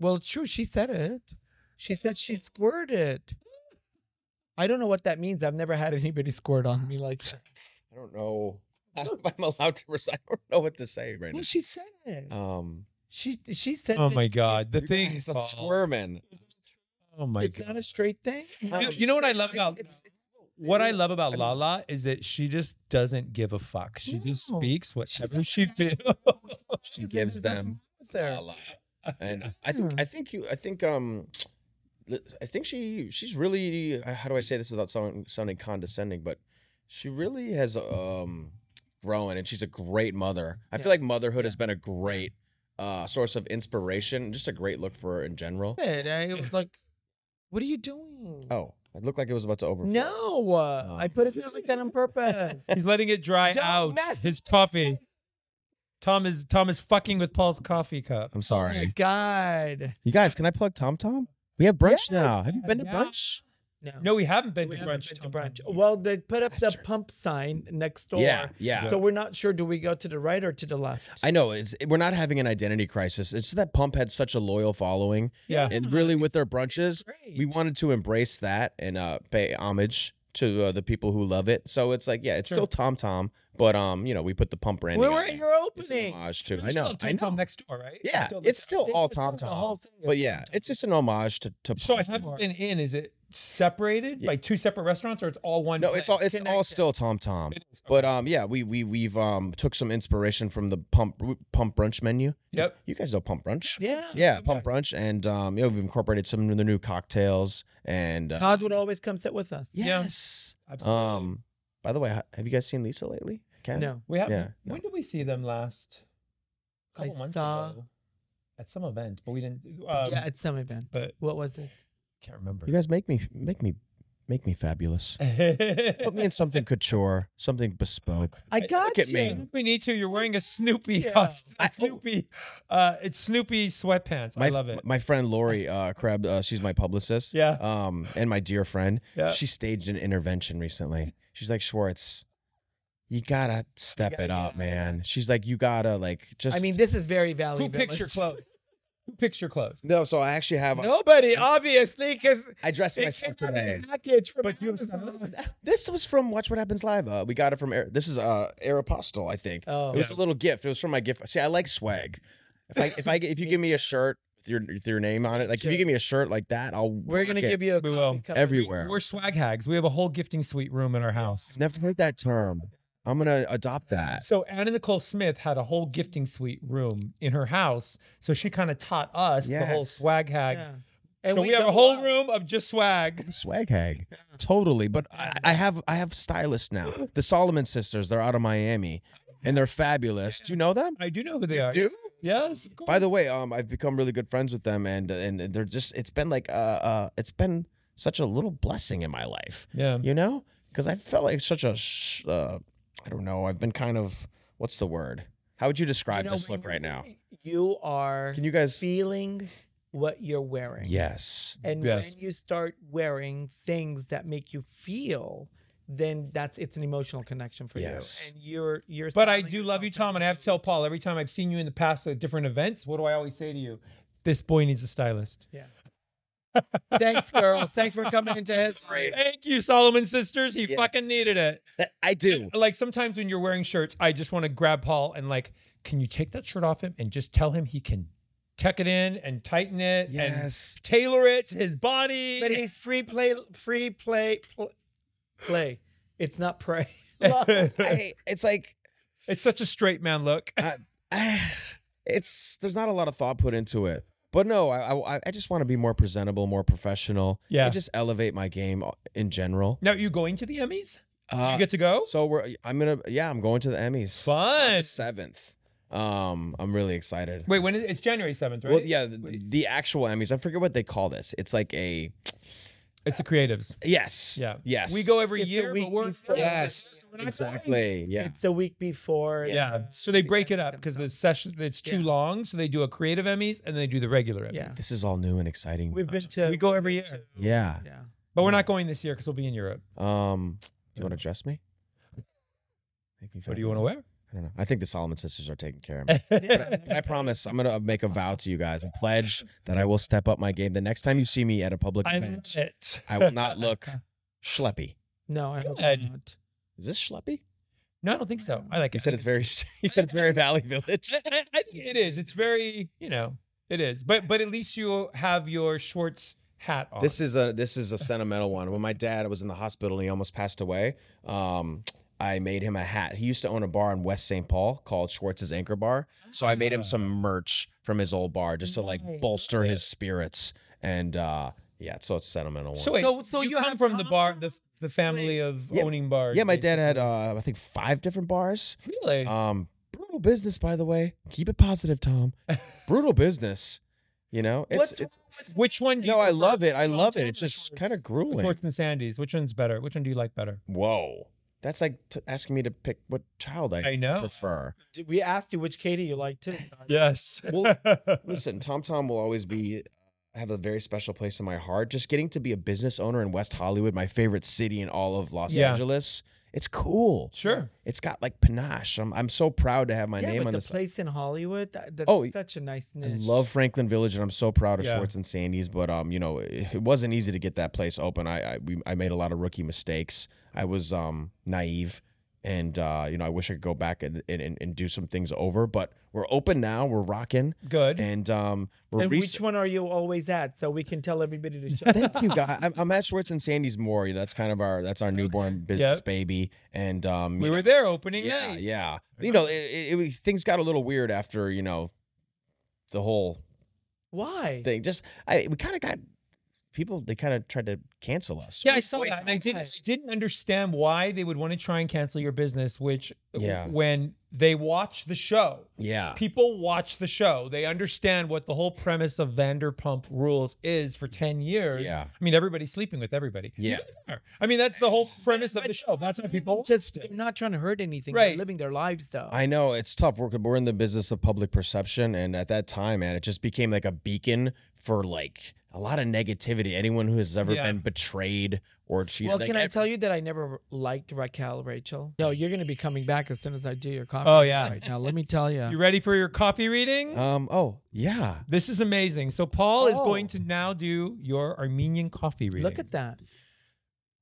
[SPEAKER 1] Well, true, she said it. She said she squirted. I don't know what that means. I've never had anybody squirt on me like that.
[SPEAKER 3] I don't know. I don't know if I'm allowed to recite. I don't know what to say right
[SPEAKER 1] Well,
[SPEAKER 3] now.
[SPEAKER 1] she said it.
[SPEAKER 3] Um,
[SPEAKER 1] She she said.
[SPEAKER 2] that. Oh
[SPEAKER 1] that
[SPEAKER 2] my god, the
[SPEAKER 3] you
[SPEAKER 2] thing. is
[SPEAKER 3] guys, I'm squirming.
[SPEAKER 2] Oh my
[SPEAKER 1] It's
[SPEAKER 2] god.
[SPEAKER 1] not a straight thing.
[SPEAKER 2] You, you know what I love about what I love about Lala is that she just doesn't give a fuck. She just
[SPEAKER 1] No,
[SPEAKER 2] speaks whatever
[SPEAKER 1] not
[SPEAKER 2] she feels.
[SPEAKER 3] She gives them
[SPEAKER 1] There.
[SPEAKER 3] a lot. And I think I think you I think um I think she she's really uh, how do I say this without sounding sounding condescending, but she really has um grown and she's a great mother. I feel like motherhood has been a great uh source of inspiration, just a great look for her in general.
[SPEAKER 1] It, I was like, "What are you doing?"
[SPEAKER 3] Oh, it looked like it was about to overflow.
[SPEAKER 1] No, uh, I put it there like that on purpose.
[SPEAKER 2] He's letting it dry
[SPEAKER 1] Don't
[SPEAKER 2] Oh. out
[SPEAKER 1] mess-
[SPEAKER 2] his coffee. Tom is Tom is fucking with Paul's coffee cup.
[SPEAKER 1] Oh
[SPEAKER 3] I'm
[SPEAKER 1] my
[SPEAKER 3] sorry.
[SPEAKER 1] God.
[SPEAKER 3] You guys, can I plug Tom Tom? We have brunch now. Have you been to
[SPEAKER 2] Yeah.
[SPEAKER 3] brunch?
[SPEAKER 1] No.
[SPEAKER 2] No, we haven't been
[SPEAKER 1] We
[SPEAKER 2] to
[SPEAKER 1] haven't
[SPEAKER 2] brunch.
[SPEAKER 1] been to
[SPEAKER 2] Tom
[SPEAKER 1] brunch.
[SPEAKER 2] Tom.
[SPEAKER 1] Well, they put up the
[SPEAKER 3] Bastard.
[SPEAKER 1] pump sign next door.
[SPEAKER 3] Yeah, yeah.
[SPEAKER 1] So we're not sure. Do we go to the right or to the left?
[SPEAKER 3] I know it's we're not having an identity crisis. It's that Pump had such a loyal following,
[SPEAKER 2] yeah.
[SPEAKER 3] and really with their brunches, we
[SPEAKER 1] Great.
[SPEAKER 3] wanted to embrace that and uh, pay homage to uh, the people who love it. So it's like, yeah, it's
[SPEAKER 2] Sure.
[SPEAKER 3] still Tom Tom, but um, you know, we to Pump branding.
[SPEAKER 1] we
[SPEAKER 3] on
[SPEAKER 1] were
[SPEAKER 3] there.
[SPEAKER 1] at your
[SPEAKER 3] It's an
[SPEAKER 1] opening.
[SPEAKER 3] homage to. I
[SPEAKER 2] It's
[SPEAKER 3] know,
[SPEAKER 2] still
[SPEAKER 3] I
[SPEAKER 2] Tom Tom
[SPEAKER 3] know.
[SPEAKER 2] next door, right?
[SPEAKER 3] Yeah, it's still
[SPEAKER 1] It's
[SPEAKER 3] all
[SPEAKER 1] just
[SPEAKER 3] Tom
[SPEAKER 1] the whole
[SPEAKER 3] Tom.
[SPEAKER 1] thing is
[SPEAKER 3] But
[SPEAKER 1] Tom
[SPEAKER 3] yeah,
[SPEAKER 1] Tom.
[SPEAKER 3] it's just an homage to. to
[SPEAKER 2] So I
[SPEAKER 3] Pump.
[SPEAKER 2] haven't
[SPEAKER 1] Marks.
[SPEAKER 2] been in. Is it separated
[SPEAKER 3] Yeah.
[SPEAKER 2] by two separate restaurants, or it's all one?
[SPEAKER 3] No, it's all it's all
[SPEAKER 1] connected.
[SPEAKER 3] still Tom Tom.
[SPEAKER 2] It is,
[SPEAKER 3] But um, yeah, we we we've um took some inspiration from the Pump Pump Brunch menu.
[SPEAKER 2] Yep.
[SPEAKER 3] You guys know Pump Brunch.
[SPEAKER 1] yeah.
[SPEAKER 3] Yeah, pump brunch, and um, you know, we've incorporated some of the new cocktails, and uh,
[SPEAKER 1] Todd would always come sit with us.
[SPEAKER 2] yeah.
[SPEAKER 3] yes.
[SPEAKER 2] Absolutely.
[SPEAKER 3] Um, by the way, ha- have you guys seen Lisa lately? Ken?
[SPEAKER 1] No.
[SPEAKER 2] we have.
[SPEAKER 3] yeah, no.
[SPEAKER 2] When did we see them last? A
[SPEAKER 1] I
[SPEAKER 2] couple months
[SPEAKER 1] saw-
[SPEAKER 2] ago, at some event, but we didn't. Um,
[SPEAKER 1] yeah, it's some event.
[SPEAKER 2] but
[SPEAKER 1] What was it?
[SPEAKER 2] can't remember.
[SPEAKER 3] You guys make me make me make me fabulous. Put me in something couture, something bespoke.
[SPEAKER 1] I got
[SPEAKER 3] look at
[SPEAKER 1] you.
[SPEAKER 3] me.
[SPEAKER 2] We need to. You're wearing a Snoopy
[SPEAKER 1] Yeah.
[SPEAKER 2] costume.
[SPEAKER 3] I- oh.
[SPEAKER 2] Snoopy. Uh, it's Snoopy sweatpants.
[SPEAKER 3] My,
[SPEAKER 2] I love it.
[SPEAKER 3] My friend Lori uh, Kreb, uh, she's my publicist.
[SPEAKER 2] Yeah.
[SPEAKER 3] Um, and my dear friend,
[SPEAKER 2] Yeah.
[SPEAKER 3] she staged an intervention recently. She's like Schwartz. You gotta step
[SPEAKER 1] gotta
[SPEAKER 3] it
[SPEAKER 1] get out
[SPEAKER 3] up,
[SPEAKER 1] of
[SPEAKER 3] man. She's like, you gotta like just.
[SPEAKER 1] I mean, this is very Valley
[SPEAKER 2] Who
[SPEAKER 1] Village.
[SPEAKER 2] picks your clothes? Who picks your clothes?
[SPEAKER 3] no. So I actually have.
[SPEAKER 1] Nobody, obviously, because
[SPEAKER 3] I dressed
[SPEAKER 1] it came
[SPEAKER 3] myself
[SPEAKER 1] from
[SPEAKER 3] today.
[SPEAKER 1] a package from
[SPEAKER 2] But you-
[SPEAKER 1] Amazon.
[SPEAKER 3] This was from Watch What Happens Live. Uh, we got it from Air, this is uh Aeropostale, I think.
[SPEAKER 1] Oh,
[SPEAKER 3] it was
[SPEAKER 2] Yeah.
[SPEAKER 3] a little gift. It was from my gift. See, I like swag. If I if I if you give me a shirt with your with your name on it, like if
[SPEAKER 1] Sure.
[SPEAKER 3] you give me a shirt like that, I'll
[SPEAKER 1] we're gonna give you a
[SPEAKER 2] We
[SPEAKER 1] coffee
[SPEAKER 2] will.
[SPEAKER 1] cup.
[SPEAKER 3] everywhere.
[SPEAKER 2] We're swag hags. We have a whole gifting suite room in our house.
[SPEAKER 3] Never heard that term. I'm gonna adopt that.
[SPEAKER 2] So Anna Nicole Smith had a whole gifting suite room in her house. So she kind of taught us the whole
[SPEAKER 3] Yes.
[SPEAKER 2] swag hag.
[SPEAKER 1] Yeah.
[SPEAKER 2] so we, have a
[SPEAKER 1] double
[SPEAKER 2] whole
[SPEAKER 1] up.
[SPEAKER 2] room of just swag.
[SPEAKER 3] Swag hag, totally. But I, I have I have stylists now. The Solomon sisters, they're out of Miami, and they're fabulous. Do you know them?
[SPEAKER 2] I do know who they are.
[SPEAKER 3] Do
[SPEAKER 2] Yes. of
[SPEAKER 3] By
[SPEAKER 2] course.
[SPEAKER 3] the way, um, I've become really good friends with them, and and they're just it's been like uh uh it's been such a little blessing in my life,
[SPEAKER 2] yeah.
[SPEAKER 3] you know, because I felt like such a sh- uh, I don't know. I've been kind of what's the word? How would you describe
[SPEAKER 1] know,
[SPEAKER 3] this
[SPEAKER 1] when
[SPEAKER 3] look
[SPEAKER 1] you-
[SPEAKER 3] right now?
[SPEAKER 1] You are
[SPEAKER 3] Can you guys?
[SPEAKER 1] feeling what you're wearing.
[SPEAKER 3] Yes,
[SPEAKER 1] And
[SPEAKER 2] Yes.
[SPEAKER 1] when you start wearing things that make you feel, then that's it's an emotional connection for
[SPEAKER 3] Yes.
[SPEAKER 1] you. And you're you're
[SPEAKER 2] But I
[SPEAKER 1] styling
[SPEAKER 2] do love you,
[SPEAKER 1] yourself
[SPEAKER 2] Tom, and I have to tell Paul every time I've seen you in the past at different events. What do I always say to you? This boy needs a stylist.
[SPEAKER 1] every- Thanks, girls. Thanks for coming into history.
[SPEAKER 2] Thank you, Solomon Sisters. He
[SPEAKER 3] Yeah.
[SPEAKER 2] fucking needed it.
[SPEAKER 3] that, I do.
[SPEAKER 2] Like sometimes when you're wearing shirts, I just want to grab Paul and like, can you take that shirt off him and just tell him he can tuck it in and tighten it and
[SPEAKER 3] Yes,
[SPEAKER 2] tailor it to his body.
[SPEAKER 1] But he's free play, free play, pl- play. It's not pray.
[SPEAKER 3] I, it's like
[SPEAKER 2] it's such a straight man look.
[SPEAKER 3] I- it's there's not a lot of thought put into it. But no, I I, I just want to be more presentable, more professional,
[SPEAKER 2] Yeah.
[SPEAKER 3] and just elevate my game uh, in general.
[SPEAKER 2] now, are you going to the Emmys? Do
[SPEAKER 3] Uh,
[SPEAKER 2] you get to go?
[SPEAKER 3] So we're I'm gonna yeah, I'm going to the Emmys.
[SPEAKER 2] Fun.
[SPEAKER 3] The seventh. Um, I'm really excited.
[SPEAKER 2] Wait, when is it's January 7th, right?
[SPEAKER 3] Well, yeah, the, the actual Emmys. I forget what they call this. It's like a
[SPEAKER 2] It's the creatives.
[SPEAKER 3] yes.
[SPEAKER 2] Yeah.
[SPEAKER 3] Yes.
[SPEAKER 2] We go every
[SPEAKER 1] It's the
[SPEAKER 2] year,
[SPEAKER 1] week
[SPEAKER 2] but we're
[SPEAKER 1] before.
[SPEAKER 3] Yes.
[SPEAKER 2] We're not going.
[SPEAKER 3] Exactly. Yeah.
[SPEAKER 1] It's the week before.
[SPEAKER 2] Yeah. So they break it up because the session it's too
[SPEAKER 1] Yeah.
[SPEAKER 2] long. So they do a creative Emmys and they do the regular Emmys.
[SPEAKER 1] Yeah.
[SPEAKER 3] this is all new and exciting.
[SPEAKER 1] We've been to.
[SPEAKER 2] We go every year.
[SPEAKER 3] yeah.
[SPEAKER 1] Yeah.
[SPEAKER 2] But we're not going this year because we'll be in Europe.
[SPEAKER 3] Um. Do you want to dress me? Make me
[SPEAKER 2] What do you want to
[SPEAKER 3] fabulous.
[SPEAKER 2] wear?
[SPEAKER 3] I don't know. I think the Solomon sisters are taking care of me. But I promise I'm gonna make a vow to you guys and pledge that I will step up my game. The next time you see me at a public
[SPEAKER 2] I love
[SPEAKER 3] event,
[SPEAKER 2] it.
[SPEAKER 3] I will not look schleppy.
[SPEAKER 1] No, I hope
[SPEAKER 2] Good.
[SPEAKER 1] not.
[SPEAKER 3] Is this schleppy?
[SPEAKER 2] No, I don't think so. I like
[SPEAKER 3] He
[SPEAKER 2] it.
[SPEAKER 3] said it's very. He said it's very Valley Village.
[SPEAKER 2] I, I- I think it is. It's very, you know, it is. But but at least you have your Schwartz hat on.
[SPEAKER 3] This is a this is a sentimental one. When my dad was in the hospital and he almost passed away, um, I made him a hat. He used to own a bar in West St. Paul called Schwartz's Anchor Bar. So I made him some
[SPEAKER 2] Ah.
[SPEAKER 3] merch from his old bar just to like bolster his spirits. And uh, yeah, so it's a sentimental one.
[SPEAKER 2] so, wait,
[SPEAKER 1] So- so
[SPEAKER 2] you,
[SPEAKER 1] you
[SPEAKER 2] come
[SPEAKER 1] have
[SPEAKER 2] from the
[SPEAKER 1] gone
[SPEAKER 2] bar, the the family of
[SPEAKER 3] Yeah.
[SPEAKER 2] owning bars.
[SPEAKER 3] yeah, my dad had uh, I think five different bars.
[SPEAKER 2] basically. Really?
[SPEAKER 3] Um, brutal business, by the way. Keep it positive, Tom. brutal business. You know, it's,
[SPEAKER 1] What's
[SPEAKER 3] it's
[SPEAKER 2] Which one? Do
[SPEAKER 3] no,
[SPEAKER 2] you
[SPEAKER 3] I
[SPEAKER 2] prefer?
[SPEAKER 3] love it. I
[SPEAKER 2] Tom
[SPEAKER 3] love
[SPEAKER 2] Tom
[SPEAKER 3] it.
[SPEAKER 2] or
[SPEAKER 3] It's just
[SPEAKER 2] Schwartz?
[SPEAKER 3] kind of grueling.
[SPEAKER 2] Schwartz and Sandy's. Which one's better? Which one do you like better?
[SPEAKER 3] Whoa. That's like t- asking me to pick what child I,
[SPEAKER 2] I know.
[SPEAKER 3] prefer.
[SPEAKER 1] We asked you which Katie you like too.
[SPEAKER 2] Yes.
[SPEAKER 3] Well, listen, Tom Tom will always be. I have a very special place in my heart. Just getting to be a business owner in West Hollywood, my favorite city in all of Los
[SPEAKER 2] Yeah.
[SPEAKER 3] Angeles, it's cool.
[SPEAKER 2] Sure.
[SPEAKER 3] It's got like panache. I'm I'm so proud to have my
[SPEAKER 1] yeah,
[SPEAKER 3] name
[SPEAKER 1] but
[SPEAKER 3] on
[SPEAKER 1] the
[SPEAKER 3] this.
[SPEAKER 1] place in Hollywood. That, that's
[SPEAKER 3] Oh,
[SPEAKER 1] such a nice
[SPEAKER 3] I
[SPEAKER 1] niche.
[SPEAKER 3] love Franklin Village, and I'm so proud of
[SPEAKER 2] Yeah.
[SPEAKER 3] Schwartz and Sandy's. But um, you know, it, it wasn't easy to get that place open. I I, we, I made a lot of rookie mistakes. I was um naive, and uh, you know, I wish I could go back and and, and, and do some things over. But we're open now. We're rocking,
[SPEAKER 2] Good.
[SPEAKER 3] and um, we're
[SPEAKER 1] And
[SPEAKER 3] rec-
[SPEAKER 1] which one are you always at? So we can tell everybody to shut
[SPEAKER 3] Thank you, guys. I'm, I'm at Schwartz and Sandy's more. You know, That's kind of our that's our newborn business
[SPEAKER 2] Yep.
[SPEAKER 3] baby, and um,
[SPEAKER 2] we
[SPEAKER 3] you
[SPEAKER 2] were there opening
[SPEAKER 3] yeah,
[SPEAKER 2] night.
[SPEAKER 3] yeah. You know, it, it, it- things got a little weird after you know the whole
[SPEAKER 1] Why?
[SPEAKER 3] thing. Just I we kind of got people. They kind of tried to cancel us.
[SPEAKER 2] Yeah, I saw that, and I didn't
[SPEAKER 1] guys.
[SPEAKER 2] I didn't understand why they would want to try and cancel your business. Which,
[SPEAKER 3] Yeah.
[SPEAKER 2] when they watch the show,
[SPEAKER 3] Yeah,
[SPEAKER 2] people watch the show. They understand what the whole premise of Vanderpump Rules is for ten years.
[SPEAKER 3] Yeah.
[SPEAKER 2] I mean, everybody's sleeping with everybody.
[SPEAKER 3] Yeah.
[SPEAKER 2] I mean, that's the whole premise of the show. That's how people
[SPEAKER 1] Just
[SPEAKER 2] watched
[SPEAKER 1] they're
[SPEAKER 2] it.
[SPEAKER 1] not trying to hurt anything.
[SPEAKER 2] Right.
[SPEAKER 1] They're living their lives though.
[SPEAKER 3] I know it's tough. We're we're in the business of public perception, and at that time, man, it just became like a beacon for like a lot of negativity. Anyone who has ever
[SPEAKER 2] Yeah.
[SPEAKER 3] been betrayed or cheated.
[SPEAKER 1] well,
[SPEAKER 3] like,
[SPEAKER 1] can I
[SPEAKER 3] ev-
[SPEAKER 1] tell you that I never liked Raquel Rachel? No, you're going to be coming back as soon as I do your conference.
[SPEAKER 2] Oh, yeah.
[SPEAKER 1] Right now, let me tell you.
[SPEAKER 2] You ready for your coffee reading?
[SPEAKER 3] Um. Oh, yeah.
[SPEAKER 2] This is amazing. So Paul is
[SPEAKER 1] Oh.
[SPEAKER 2] going to now do your Armenian coffee reading.
[SPEAKER 1] Look at that.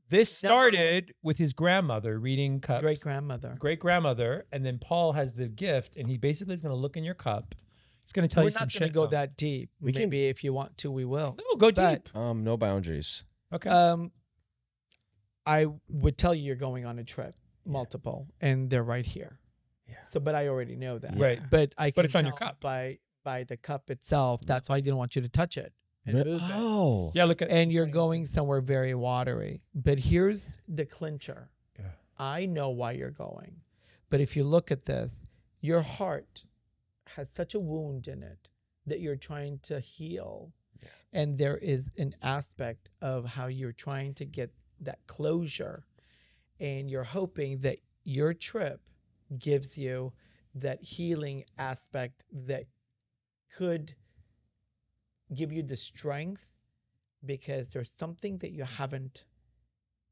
[SPEAKER 2] this
[SPEAKER 1] Now-
[SPEAKER 2] started with his grandmother reading cups.
[SPEAKER 1] Great grandmother.
[SPEAKER 2] great grandmother, and then Paul has the gift, and he basically is going to look in your cup. He's going to tell
[SPEAKER 1] We're
[SPEAKER 2] you some
[SPEAKER 1] not
[SPEAKER 2] shit.
[SPEAKER 1] going to go
[SPEAKER 2] Tom.
[SPEAKER 1] that deep.
[SPEAKER 3] We can-
[SPEAKER 1] Maybe if you want to, we will.
[SPEAKER 2] No, go
[SPEAKER 1] but-
[SPEAKER 2] deep.
[SPEAKER 3] Um. No boundaries.
[SPEAKER 2] Okay.
[SPEAKER 1] Um, I would tell you you're going on a trip, multiple, and they're right here.
[SPEAKER 3] Yeah.
[SPEAKER 1] So, but I already know that.
[SPEAKER 2] Right.
[SPEAKER 1] But I. Can
[SPEAKER 2] But it's on your
[SPEAKER 1] tell
[SPEAKER 2] cup.
[SPEAKER 1] by by the cup itself. That's why I didn't want you to touch it and move it.
[SPEAKER 3] Oh.
[SPEAKER 2] yeah. Look at.
[SPEAKER 1] and you're going somewhere very watery. But here's the clincher.
[SPEAKER 2] Yeah.
[SPEAKER 1] I know why you're going. But if you look at this, your heart has such a wound in it that you're trying to heal. And there is an aspect of how you're trying to get that closure. And you're hoping that your trip gives you that healing aspect that could give you the strength because there's something that you haven't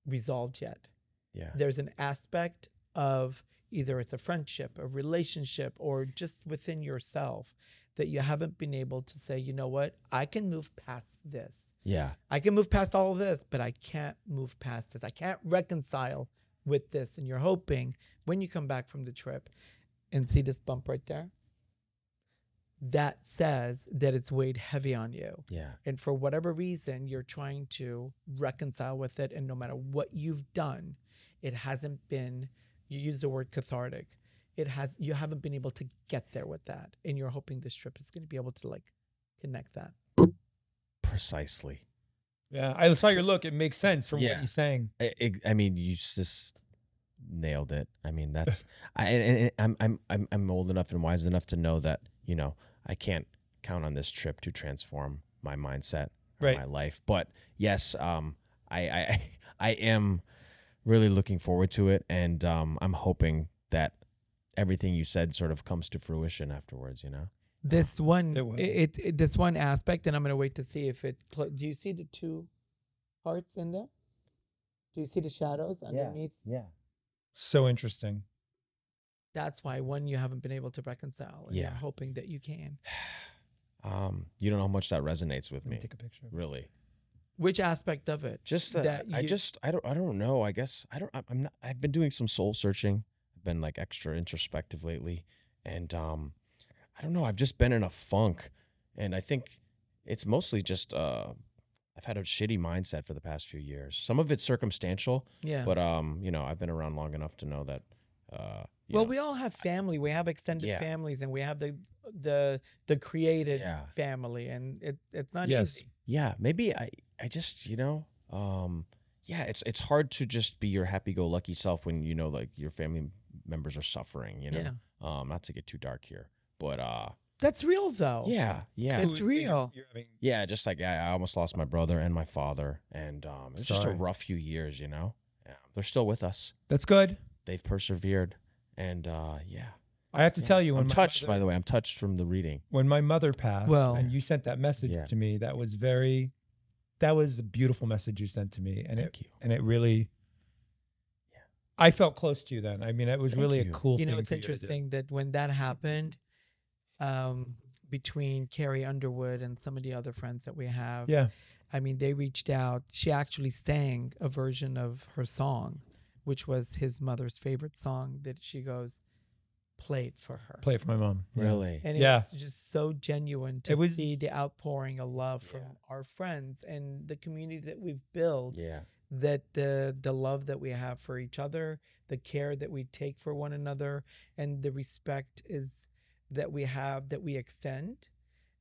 [SPEAKER 1] resolved yet.
[SPEAKER 3] Yeah.
[SPEAKER 1] There's an aspect of either it's a friendship, a relationship, or just within yourself that you haven't been able to say, you know what, I can move past this.
[SPEAKER 3] Yeah.
[SPEAKER 1] I can move past all of this, but I can't move past this. I can't reconcile with this. And you're hoping when you come back from the trip and see this bump right there, that says that it's weighed heavy on you.
[SPEAKER 3] Yeah.
[SPEAKER 1] And for whatever reason, you're trying to reconcile with it. And no matter what you've done, it hasn't been, you use the word cathartic. It has, you haven't been able to get there with that. And you're hoping this trip is going to be able to like connect that.
[SPEAKER 3] Precisely.
[SPEAKER 2] Yeah. I saw your look. It makes sense from
[SPEAKER 3] Yeah.
[SPEAKER 2] what you sang.
[SPEAKER 3] I, I, I mean, you just nailed it. I mean, that's I, and, and I'm I'm I'm I'm old enough and wise enough to know that you know I can't count on this trip to transform my mindset or
[SPEAKER 2] Right.
[SPEAKER 3] my life. But yes, um, I I I am really looking forward to it, and um, I'm hoping that everything you said sort of comes to fruition afterwards. You know.
[SPEAKER 1] This one,
[SPEAKER 2] It was.
[SPEAKER 1] it, it, this one aspect, and I'm going to wait to see if it, cl- do you see the two hearts in there? Do you see the shadows underneath?
[SPEAKER 3] Yeah.
[SPEAKER 2] So interesting.
[SPEAKER 1] That's why one, you haven't been able to reconcile. And
[SPEAKER 3] Yeah.
[SPEAKER 1] You're hoping that you can.
[SPEAKER 3] Um, you don't know how much that resonates with
[SPEAKER 2] Let me
[SPEAKER 3] me.
[SPEAKER 2] take a picture.
[SPEAKER 3] Really.
[SPEAKER 1] Which aspect of it?
[SPEAKER 3] just that,
[SPEAKER 1] that
[SPEAKER 3] I
[SPEAKER 1] you-
[SPEAKER 3] just I don't I don't know. I guess I don't. I'm- I'm not. I've been doing some soul searching. I've been like extra introspective lately, and um, I don't know. I've just been in a funk, and I think it's mostly just uh, I've had a shitty mindset for the past few years. Some of it's circumstantial,
[SPEAKER 1] Yeah.
[SPEAKER 3] but um, you know, I've been around long enough to know that. Uh, you
[SPEAKER 1] Well,
[SPEAKER 3] know,
[SPEAKER 1] we all have family. We have extended
[SPEAKER 3] Yeah.
[SPEAKER 1] families, and we have the the the created
[SPEAKER 3] Yeah.
[SPEAKER 1] family, and it it's not
[SPEAKER 2] Yes.
[SPEAKER 1] easy.
[SPEAKER 3] yeah, maybe I I just you know um. Yeah, it's it's hard to just be your happy-go-lucky self when you know like your family members are suffering. You know,
[SPEAKER 1] Yeah,
[SPEAKER 3] um not to get too dark here but uh
[SPEAKER 1] that's real
[SPEAKER 2] Oh.
[SPEAKER 1] though.
[SPEAKER 3] yeah yeah
[SPEAKER 1] It's
[SPEAKER 2] Who would think
[SPEAKER 1] real.
[SPEAKER 2] you're having-
[SPEAKER 3] yeah just like I, I almost lost my brother and my father and um it was just a
[SPEAKER 2] Sorry.
[SPEAKER 3] rough few years you know yeah, they're still with us
[SPEAKER 2] That's good.
[SPEAKER 3] they've persevered and uh yeah
[SPEAKER 2] I have to tell you, when
[SPEAKER 3] I'm
[SPEAKER 2] my
[SPEAKER 3] touched,
[SPEAKER 2] mother-
[SPEAKER 3] by the way. I'm touched from the reading.
[SPEAKER 2] when my mother passed
[SPEAKER 1] Well-
[SPEAKER 2] and you sent that message
[SPEAKER 3] Yeah.
[SPEAKER 2] to me that was very that was a beautiful message you sent to me and it
[SPEAKER 3] Thank you.
[SPEAKER 2] and it really I felt close to you then. I mean, it was
[SPEAKER 3] Thank
[SPEAKER 2] really a
[SPEAKER 3] you.
[SPEAKER 2] cool
[SPEAKER 1] you know
[SPEAKER 2] thing
[SPEAKER 1] it's
[SPEAKER 2] for you to do.
[SPEAKER 1] interesting that when that happened um between carrie underwood and some of the other friends that we have
[SPEAKER 2] Yeah.
[SPEAKER 1] i mean they reached out she actually sang a version of her song which was his mother's favorite song that she goes played for her
[SPEAKER 2] Play it for my mom. Yeah.
[SPEAKER 3] Really?
[SPEAKER 1] and it
[SPEAKER 2] Yeah.
[SPEAKER 1] was just so genuine to
[SPEAKER 2] It was-
[SPEAKER 1] see the outpouring of love from
[SPEAKER 3] Yeah.
[SPEAKER 1] our friends and the community that we've built
[SPEAKER 3] Yeah.
[SPEAKER 1] that the the love that we have for each other, the care that we take for one another, and the respect is that we have that we extend.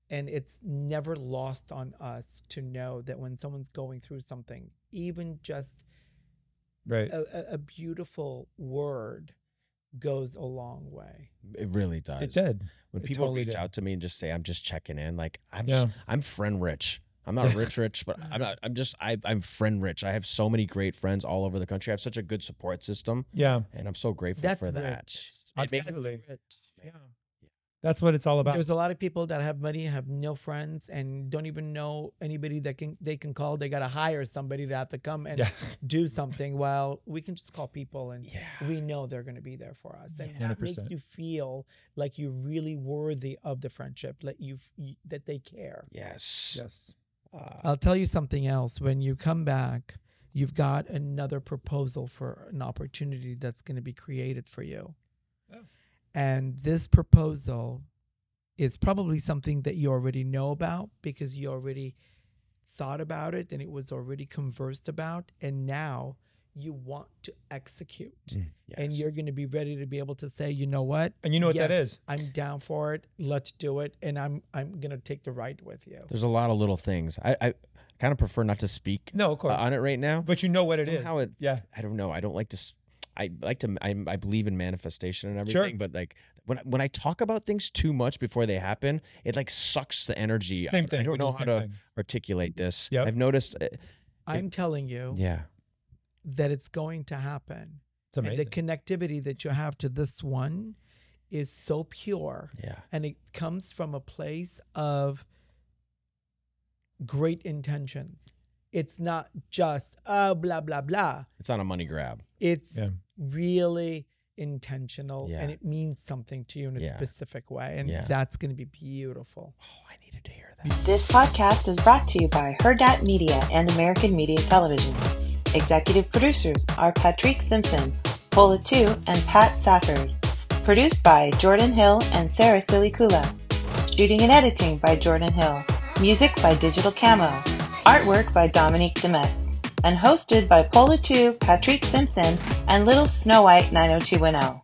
[SPEAKER 1] And it's never lost on us to know that when someone's going through something, even just
[SPEAKER 2] Right.
[SPEAKER 1] a, a, a beautiful word goes a long way.
[SPEAKER 3] It really does.
[SPEAKER 2] It did.
[SPEAKER 3] When
[SPEAKER 2] It
[SPEAKER 3] people
[SPEAKER 2] totally
[SPEAKER 3] reach
[SPEAKER 2] did.
[SPEAKER 3] out to me and just say, "I'm just checking in," like I'm,
[SPEAKER 2] Yeah.
[SPEAKER 3] s- I'm friend rich. I'm not rich, rich, but I'm not. I'm just. I, I'm friend rich. I have so many great friends all over the country. I have such a good support system,
[SPEAKER 2] Yeah.
[SPEAKER 3] and I'm so grateful
[SPEAKER 1] That's
[SPEAKER 3] for
[SPEAKER 1] rich.
[SPEAKER 3] that. It makes-
[SPEAKER 2] Absolutely.
[SPEAKER 3] Yeah.
[SPEAKER 2] That's what it's all about.
[SPEAKER 1] There's a lot of people that have money, have no friends, and don't even know anybody that can they can call. They gotta hire somebody to have to come and
[SPEAKER 2] yeah.
[SPEAKER 1] do something well we can just call people and
[SPEAKER 3] yeah.
[SPEAKER 1] we know they're going to be there for us and
[SPEAKER 2] Yeah.
[SPEAKER 1] that makes
[SPEAKER 2] 100%.
[SPEAKER 1] you feel like you're really worthy of the friendship that you f- that they care
[SPEAKER 3] Yes.
[SPEAKER 2] Yes.
[SPEAKER 3] Uh,
[SPEAKER 1] i'll tell you something else when you come back you've got another proposal for an opportunity that's going to be created for you
[SPEAKER 2] Oh.
[SPEAKER 1] and this proposal is probably something that you already know about because you already thought about it and it was already conversed about and now you want to execute and
[SPEAKER 3] Mm, yes.
[SPEAKER 1] you're going to be ready to be able to say you know what
[SPEAKER 2] And you know what that
[SPEAKER 1] Yes.
[SPEAKER 2] is?
[SPEAKER 1] i'm down for it let's do it and i'm i'm going to take the ride with you
[SPEAKER 3] There's a lot of little things. I, I kind of prefer not to speak
[SPEAKER 2] No, of course.
[SPEAKER 3] uh, on it right now.
[SPEAKER 2] but you know what it is.
[SPEAKER 3] somehow it.
[SPEAKER 2] Yeah.
[SPEAKER 3] I don't know. I don't like to. s- I like to. I, I believe in manifestation and everything, but like when when I talk about things too much before they happen, it like sucks the energy.
[SPEAKER 2] Same
[SPEAKER 3] out.
[SPEAKER 2] thing.
[SPEAKER 3] I
[SPEAKER 2] We
[SPEAKER 3] don't
[SPEAKER 2] do
[SPEAKER 3] know
[SPEAKER 2] the
[SPEAKER 3] how
[SPEAKER 2] same
[SPEAKER 3] to
[SPEAKER 2] thing.
[SPEAKER 3] articulate this.
[SPEAKER 2] Yep.
[SPEAKER 3] I've noticed. uh,
[SPEAKER 1] i'm telling you
[SPEAKER 3] yeah.
[SPEAKER 1] that it's going to happen
[SPEAKER 2] It's
[SPEAKER 1] and
[SPEAKER 2] amazing.
[SPEAKER 1] the connectivity that you have to this one is so pure
[SPEAKER 3] Yeah.
[SPEAKER 1] and it comes from a place of great intentions it's not just uh blah blah blah
[SPEAKER 3] It's not a money grab.
[SPEAKER 1] it's
[SPEAKER 2] Yeah.
[SPEAKER 1] really intentional and
[SPEAKER 3] Yeah.
[SPEAKER 1] it means something to you in a
[SPEAKER 3] Yeah.
[SPEAKER 1] specific way and
[SPEAKER 3] Yeah.
[SPEAKER 1] that's going to be beautiful
[SPEAKER 3] Oh, I needed to hear that.
[SPEAKER 4] This podcast is brought to you by Herdat Media and American Media Television. Executive producers are Patrick Simpson, Paula Tu, and Pat Safford. Produced by Jordan Hill and Sarah Silicula. Shooting and editing by Jordan Hill. Music by Digital Camo. Artwork by Dominique Demetz. And hosted by Paula Tu, Patrick Simpson, and Little Snow White 90210.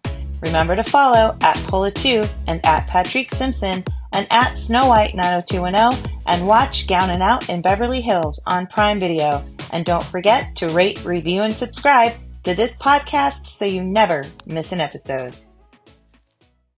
[SPEAKER 4] Remember to follow at Pola2 and at Patrick Simpson and at Snow White 90210 and watch Gown and Out in Beverly Hills on Prime Video. And don't forget to rate, review, and subscribe to this podcast so you never miss an episode.